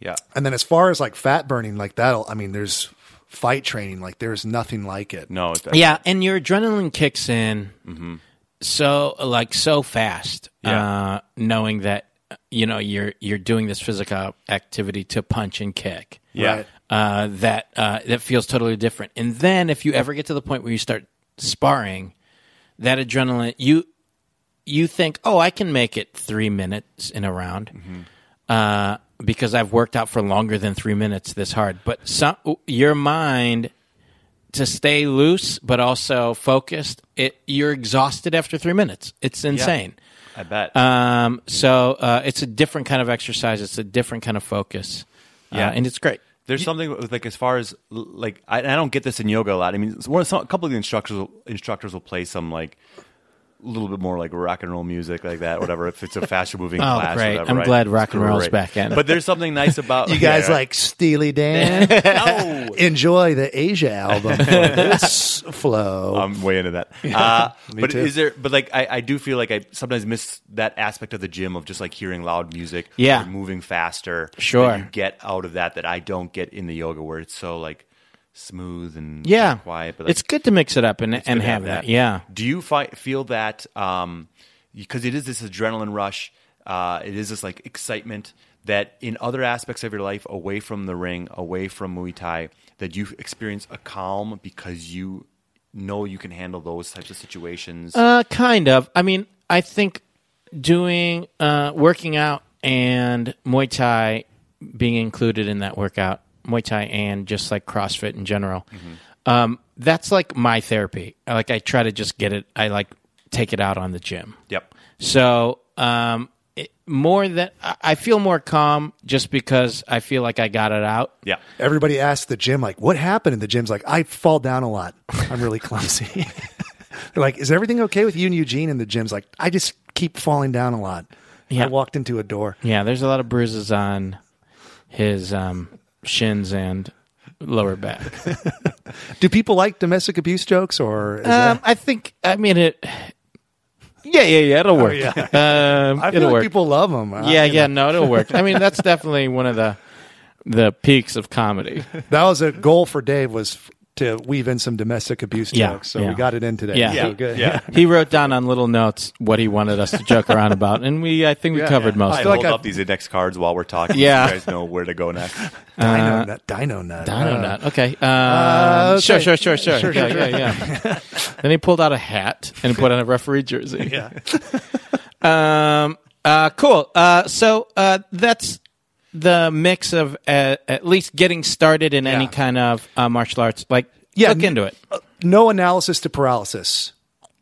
Yeah.
And then as far as like fat burning, like that'll, I mean, there's fight training, like there's nothing like it.
No. It's,
yeah, and your adrenaline kicks in so like so fast.
Yeah.
Uh, knowing that you know you're you're doing this physical activity to punch and kick.
Yeah.
Right.
uh, that uh, that feels totally different. And then if you ever get to the point where you start sparring, that adrenaline you you think, oh, I can make it three minutes in a round uh, because I've worked out for longer than three minutes this hard. But some, your mind to stay loose but also focused, it you're exhausted after three minutes. It's insane.
I bet.
Um, so uh, it's a different kind of exercise. It's a different kind of focus.
Yeah.
uh, and it's great.
There's something with, like as far as l- like I, I don't get this in yoga a lot. I mean, it's one of some, a couple of the instructors will, instructors will play some like a little bit more like rock and roll music like that, whatever. If it's a faster moving
Oh,
class,
great.
Or whatever,
I'm
right?
glad rock and
Great.
roll's back in.
But there's something nice about
You guys
Yeah.
like Steely Dan? Enjoy the Asia album for this flow.
I'm way into that. Uh,
me
but
too.
is there? But like, I, I do feel like I sometimes miss that aspect of the gym of just like hearing loud music,
Yeah.
or moving faster. that
Sure.
you get out of that that I don't get in the yoga where it's so like smooth and
yeah
quiet. But like,
it's good to mix it up and and
good to
have, that. yeah
Do you fi- feel that um, because it is this adrenaline rush. Uh, it is this like excitement that in other aspects of your life, away from the ring, away from Muay Thai, that you experience a calm because you know you can handle those types of situations.
Uh, kind of. I mean, I think doing uh, working out and Muay Thai being included in that workout, Muay Thai and just like CrossFit in general,
Mm-hmm.
um, that's like my therapy. Like I try to just get it. I like take it out on the gym.
yep.
So um, it, more than I I feel more calm just because I feel like I got it out.
Yeah.
Everybody asks the gym, like, what happened? And the gym's like, I fall down a lot. I'm really clumsy. They're like, is everything okay with you and Eugene? And the gym's like, I just keep falling down a lot.
Yeah.
I walked into a door.
Yeah, there's a lot of bruises on his um, shins and lower back.
Do people like domestic abuse jokes or is that-
Um, I think. I mean it. Yeah, yeah, yeah. It'll work. um,
I feel
it'll
like
work.
people love them.
yeah, yeah. No, it'll work. I mean, that's definitely one of the the peaks of comedy.
That was a goal for Dave was f- to weave in some domestic abuse
Yeah,
jokes. So
yeah.
we got it in today.
Yeah.
So
Yeah,
Oh, good.
Yeah.
He wrote down on little notes what he wanted us to joke around about, and we, I think, we covered most
I
of it.
like
hold
I've-
up these index cards while we're talking.
Yeah.
So you guys know where to go next.
Dino nut. Uh, Dino nut.
I don't
Uh,
know. Okay. Um,
okay.
Sure, sure, sure, sure.
Sure,
yeah,
sure,
yeah, yeah. then he pulled out a hat and put on a referee jersey. Yeah. um. Uh. Cool. Uh. So. Uh. That's the mix of uh, at least getting started in any
Yeah.
kind of uh, martial arts. Like,
Yeah,
look
n-
into it.
No analysis to paralysis.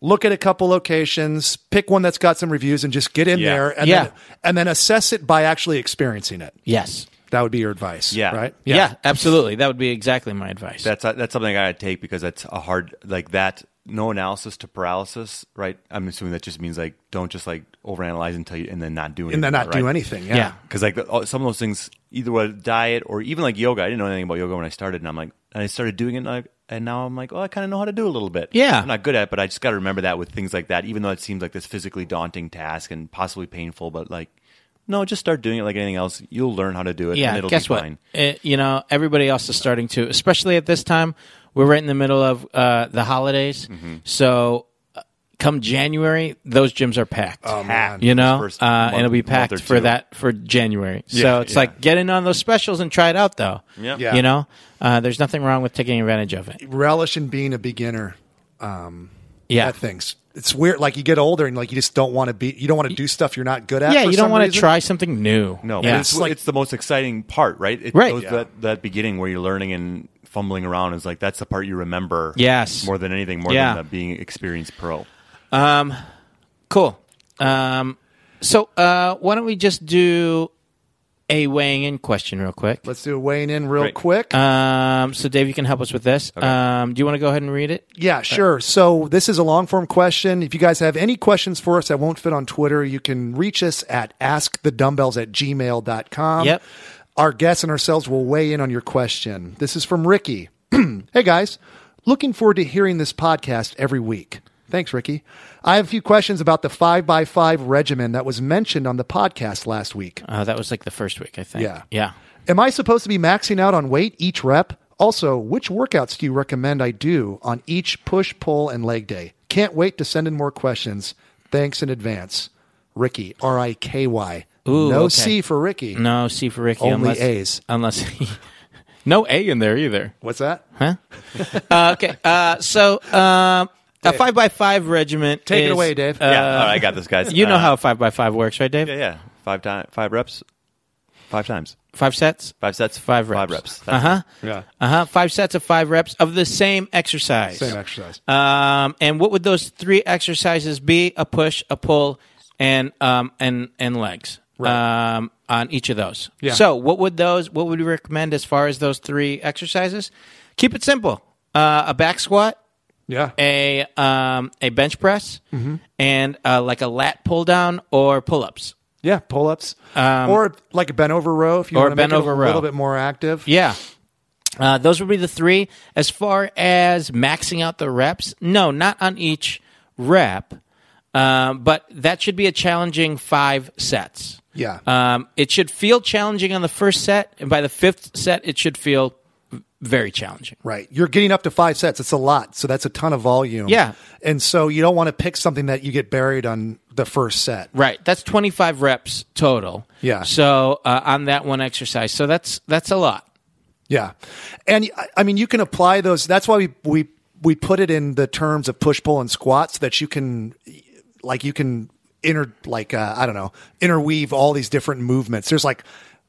Look at a couple locations, pick one that's got some reviews, and just get in
Yeah.
there, and
Yeah.
then, and then assess it by actually experiencing it.
Yes.
That would be your advice.
Yeah.
Right.
Yeah. Absolutely. That would be exactly my advice.
That's uh, that's something I take because that's a hard like that. No analysis to paralysis, right? I'm assuming that just means like don't just like overanalyze until you and then not do anything.
And then not do
right?
anything. Yeah.
yeah.
because like all- some of those things, either with diet or even like yoga. I didn't know anything about yoga when I started, and I'm like, and I started doing it, and, I, and now I'm like, oh, I kind of know how to do a little bit.
Yeah.
I'm not good at, it, but I just got to remember that with things like that, even though it seems like this physically daunting task and possibly painful, but like, no, just start doing it like anything else. You'll learn how to do it.
yeah,
and it'll
guess
be
what?
fine.
Uh, you know, everybody else is starting to, especially at this time. We're right in the middle of uh, the holidays,
Mm-hmm.
so uh, come January, those gyms are packed.
Oh, man.
you know,
First
uh,
month-
and it'll be
month or
packed for
two.
that for January.
Yeah,
so it's like get in on those specials and try it out, though.
Yeah.
Yeah.
you know, uh, there's nothing wrong with taking advantage of it.
Relish in being a beginner.
Yeah,
That things. It's weird. Like you get older, and like you just don't want to be. You don't want to do stuff you're not good at.
yeah.
for
You don't
some
want to
reason.
try something new.
No,
yeah.
but it's,
It's like-
it's the most exciting part, right? It,
Right.
those-
Yeah.
That, that beginning where you're learning and fumbling around is like that's the part you remember.
Yes.
More than anything, more
Yeah.
than the being experienced pro.
Cool. Um, so uh, why don't we just do a weighing in question real quick?
Let's do a weighing in real
Great.
quick.
Um, so Dave, you can help us with this. Um, do you want to go ahead and read it?
Yeah, sure. So this is a long form question. If you guys have any questions for us that won't fit on Twitter, you can reach us at askthedumbbells at gmail.com.
Yep.
Our guests and ourselves will weigh in on your question. This is from Ricky. hey guys, looking forward to hearing this podcast every week. Thanks, Ricky. I have a few questions about the 5x5 regimen that was mentioned on the podcast last week.
Uh, that was like the first week, I think.
Yeah.
Yeah.
Am I supposed to be maxing out on weight each rep? Also, which workouts do you recommend I do on each push, pull, and leg day? Can't wait to send in more questions. Thanks in advance. Ricky, R I K Y.
Ooh,
No
okay.
C for Ricky.
No, C for Ricky.
Only
unless,
A's.
Unless no A in there either.
What's that?
Huh? uh, okay. Uh, so um, a five by five regiment.
Take it
is,
away, Dave.
uh,
yeah, all right, I got this, guys.
You know
Uh,
how a five by five works, right, Dave?
Yeah, yeah. Five time, five reps, five times,
Five sets.
five sets,
Five reps.
five reps.
Uh
That's-
huh.
Yeah.
Uh huh. Five sets of five reps of the same exercise.
Same exercise.
Um, and what would those three exercises be? A push, a pull, and um, and and legs.
Right.
Um, on each of those.
Yeah.
So, what would those? What would we recommend as far as those three exercises? Keep it simple. Uh, a back squat,
Yeah.
a um, a bench press,
Mm-hmm.
and uh, like a lat pull down or pull ups.
yeah. Pull ups. or like a bent over row if you
Um, or
want to make
bent
it a
over row.
little bit more active.
Yeah. Uh, those would be the three. As far as maxing out the reps, no, not on each rep, um, but that should be a challenging five sets.
Yeah.
Um, it should feel challenging on the first set, and by the fifth set, it should feel very challenging.
Right. You're getting up to five sets. It's a lot. So that's a ton of volume.
Yeah.
And so you don't want to pick something that you get buried on the first set.
Right. That's 25 reps total.
Yeah.
So uh, on that one exercise. So that's that's a lot.
Yeah. And I- I mean, you can apply those. That's why we, we, we put it in the terms of push, pull, and squat so that you can, like, you can inter, like, uh, I don't know, interweave all these different movements. There's like,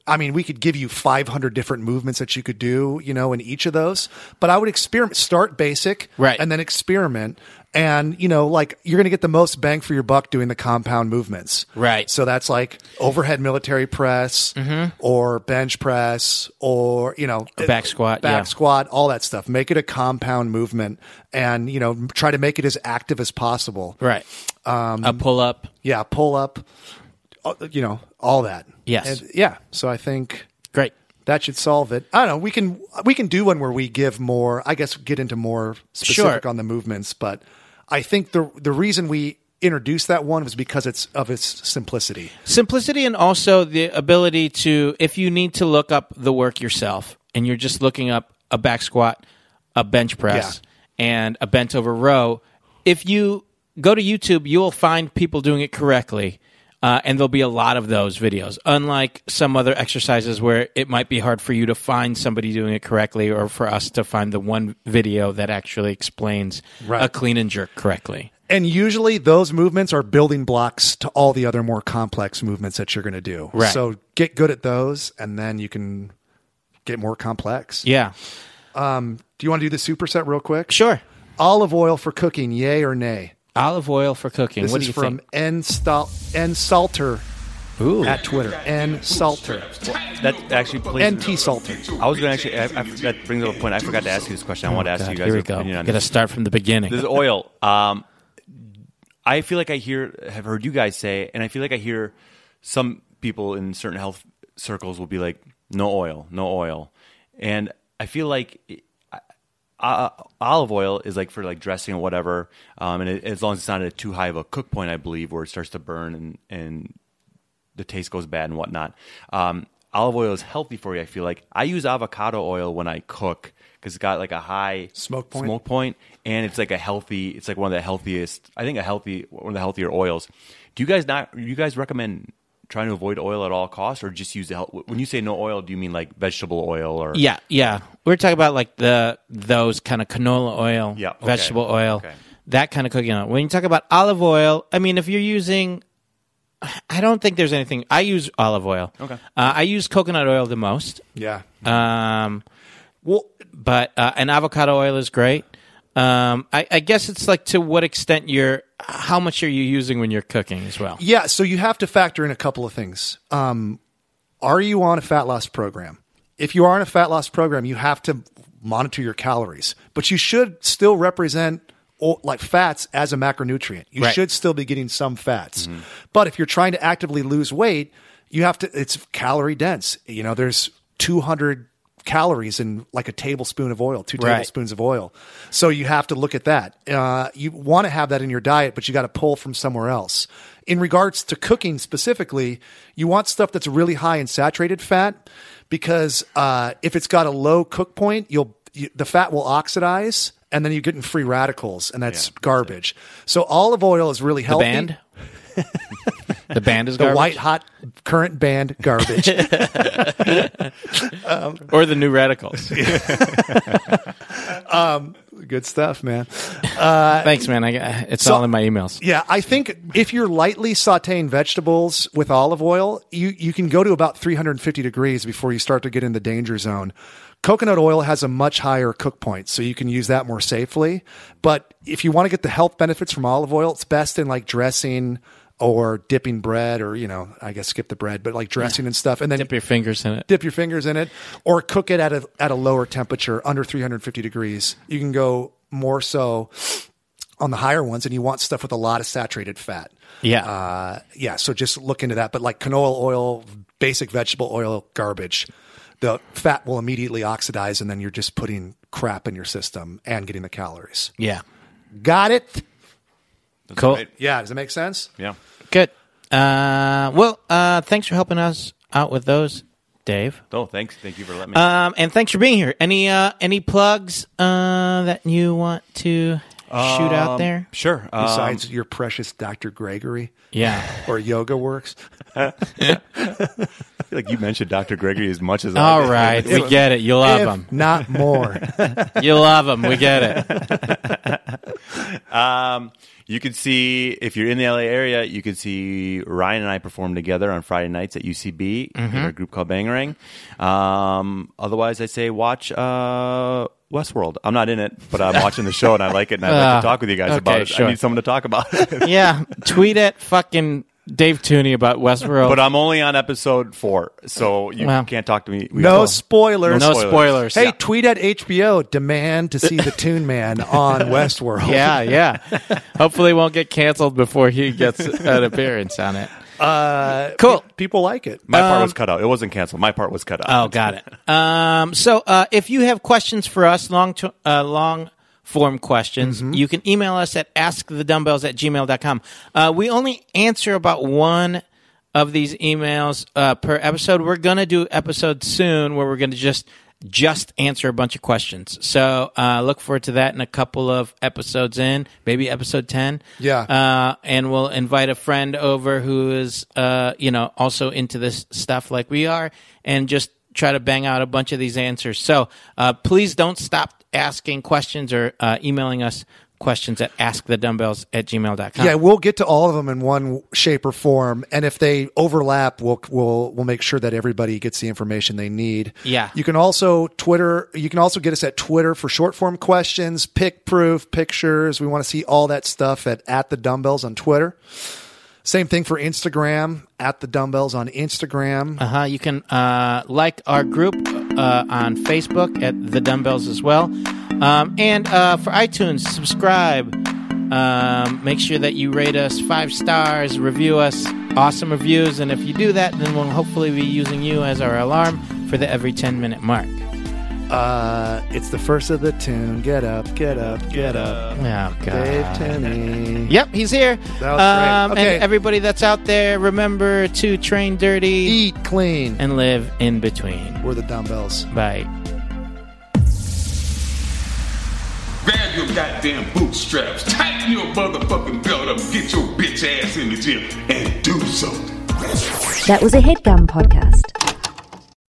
I mean, we could give you 500 different movements that you could do, you know, in each of those, but I would experiment, start basic,
Right.
And then experiment. And, you know, like, you're going to get the most bang for your buck doing the compound movements.
Right. Mm-hmm.
So that's like overhead military press or bench press or, you know,
back squat,
back
yeah.
squat, all that stuff. Make it a compound movement and, you know, try to make it as active as possible.
Right. Um, a pull up.
Yeah. Pull up, uh, you know, all that.
Yes.
And, yeah. So I think
Great.
that should solve it. I don't know. We can, we can do one where we give more, I guess, get into more specific
Sure.
on the movements, but I think the, the reason we introduced that one was because it's of its simplicity.
Simplicity and also the ability to, if you need to look up the work yourself and you're just looking up a back squat, a bench press, and a bent over row, if you go to YouTube, you will find people doing it correctly. Uh, and there'll be a lot of those videos, unlike some other exercises where it might be hard for you to find somebody doing it correctly or for us to find the one video that actually explains a
Right.
clean and jerk correctly.
And usually those movements are building blocks to all the other more complex movements that you're going to do.
Right.
So get good at those and then you can get more complex.
Yeah.
Do you want to do the superset real quick?
Sure.
Olive oil for cooking, yay or nay?
Olive oil for cooking.
This
what do
is
you
from
think?
N. Stal- N. Salter
Ooh.
at Twitter. N. Salter.
That actually plays.
N. T. Salter.
Uh,
I was going to actually. I, I, that brings up a point. I forgot to ask you this question. I want to ask
Oh, God,
you guys.
here we
your
go.
opinion on
Got to
this.
start from the beginning.
This is oil. Um, I feel like I hear have heard you guys say, and I feel like I hear some people in certain health circles will be like, "No oil, no oil," and I feel like. uh, Uh, olive oil is like for like dressing or whatever, um, and it, as long as it's not at too high of a cook point, I believe, where it starts to burn and, and the taste goes bad and whatnot. Um, olive oil is healthy for you. I feel like I use avocado oil when I cook because it's got like a high
Smoke point?
smoke point, and it's like a healthy. It's like one of the healthiest. I think a healthy one of the healthier oils. Do you guys not? You guys recommend trying to avoid oil at all costs, or just use the health? When you say no oil, do you mean like vegetable oil or
yeah, yeah. We're talking about like the those kind of canola oil,
Yeah, okay.
vegetable oil,
Okay.
that kind of cooking oil. When you talk about olive oil, I mean, if you're using, I don't think there's anything. I use olive oil.
Okay.
Uh, I use coconut oil the most.
Yeah.
Um,
Well,
but uh, and avocado oil is great. Um, I, I guess it's like to what extent you're, how much are you using when you're cooking as well?
yeah. So you have to factor in a couple of things. Um, are you on a fat loss program? If you are on a fat loss program, you have to monitor your calories, but you should still represent o- like fats as a macronutrient. You
Right. Mm-hmm.
should still be getting some fats. But if you're trying to actively lose weight, you have to it's calorie dense. You know, there's 200 calories in like a tablespoon of oil, two
Right.
tablespoons of oil. So you have to look at that. Uh, you want to have that in your diet, but you got to pull from somewhere else. In regards to cooking specifically, you want stuff that's really high in saturated fat because uh, if it's got a low cook point, you'll you, the fat will oxidize, and then you're getting free radicals, and that's garbage. So olive oil is really
The
healthy.
band? the band is
The
garbage?
white hot current band garbage.
or the new radicals.
Good stuff, man.
Thanks, man. I, it's all in my emails.
Yeah, I think if you're lightly sauteing vegetables with olive oil, you, you can go to about 350 degrees before you start to get in the danger zone. Coconut oil has a much higher cook point, so you can use that more safely. But if you want to get the health benefits from olive oil, it's best in like dressing or dipping bread or, you know, I guess skip the bread, but like dressing and stuff. And then
Dip your fingers in it.
dip your fingers in it or cook it at a at a lower temperature under 350 degrees you can go more so on the higher ones and you want stuff with a lot of saturated fat
Yeah.
uh, yeah so just look into that but like canola oil basic vegetable oil garbage the fat will immediately oxidize and then you're just putting crap in your system and getting the calories
yeah.
got it
cool.
right.
yeah does it make sense
yeah?
Good. Uh, well, uh, thanks for helping us out with those Dave.
Oh, thanks. Thank you for letting me.
Um, and thanks for being here. Any uh, any plugs uh, that you want to shoot out there?
sure. Um,
Besides your precious Dr. Gregory
Yeah.
or Yoga Works.
I feel like you mentioned Dr. Gregory as much as I
All
did.
right, we get it. You love
If
them.
not more.
You love them. We get it.
Um, you can see if you're in the LA area, you can see Ryan and I perform together on Friday nights at UCB
Mm-hmm.
in our group called Bangarang. Um, otherwise, I say watch uh, Westworld. I'm not in it, but I'm watching the show and I like it, and I'd like
Uh,
to talk with you guys
okay,
about it.
sure.
I need someone to talk about it.
Yeah. Tweet at fucking Dave Tooney about Westworld.
uh,
but I'm only on episode four, so you
Wow.
can't talk to me. We-
No spoilers.
no spoilers.
Hey, tweet at HBO. Demand to see the Toon Man on Westworld.
yeah, yeah. Hopefully, it won't get canceled before he gets an appearance on it.
Uh,
Cool.
People like it.
my part was cut out. It wasn't canceled. My part was cut out.
um, Oh, got it. Um, so uh, if you have questions for us, long to, uh, long form questions, you can email us at askthedumbbells at gmail.com. Uh, we only answer about one of these emails uh, per episode. We're going to do episode soon where we're going to just just answer a bunch of questions. So uh, look forward to that in a couple of episodes in, maybe episode 10.
Yeah.
Uh, and we'll invite a friend over who is, uh, you know, also into this stuff like we are and just try to bang out a bunch of these answers. So uh, please don't stop asking questions or uh, emailing us questions at askthedumbbells at gmail.com.
Yeah, we'll get to all of them in one shape or form, and if they overlap, we'll we'll we'll make sure that everybody gets the information they need.
Yeah.
you can also Twitter. You can also get us at Twitter for short form questions, pick proof, pictures. We want to see all that stuff at at the dumbbells on Twitter. Same thing for Instagram at the dumbbells on Instagram.
Uh-huh. You can uh, like our group uh, on Facebook at The Dumbbells as well. Um, and uh, for iTunes, subscribe. Um, make sure that you rate us five stars, review us, awesome reviews. And if you do that, then we'll hopefully be using you as our alarm for the every 10 minute mark.
Uh, it's the first of the tune. Get up, get up, get up.
Oh, God.
Dave Tinney.
Yep, he's here. Um,
That was great. Okay.
And everybody that's out there, remember to train dirty
Eat clean.
and live in between.
We're the dumbbells.
Bye.
Grab your goddamn bootstraps, tighten your motherfucking belt up, get your bitch ass in the gym, and do something.
That was a headgum podcast.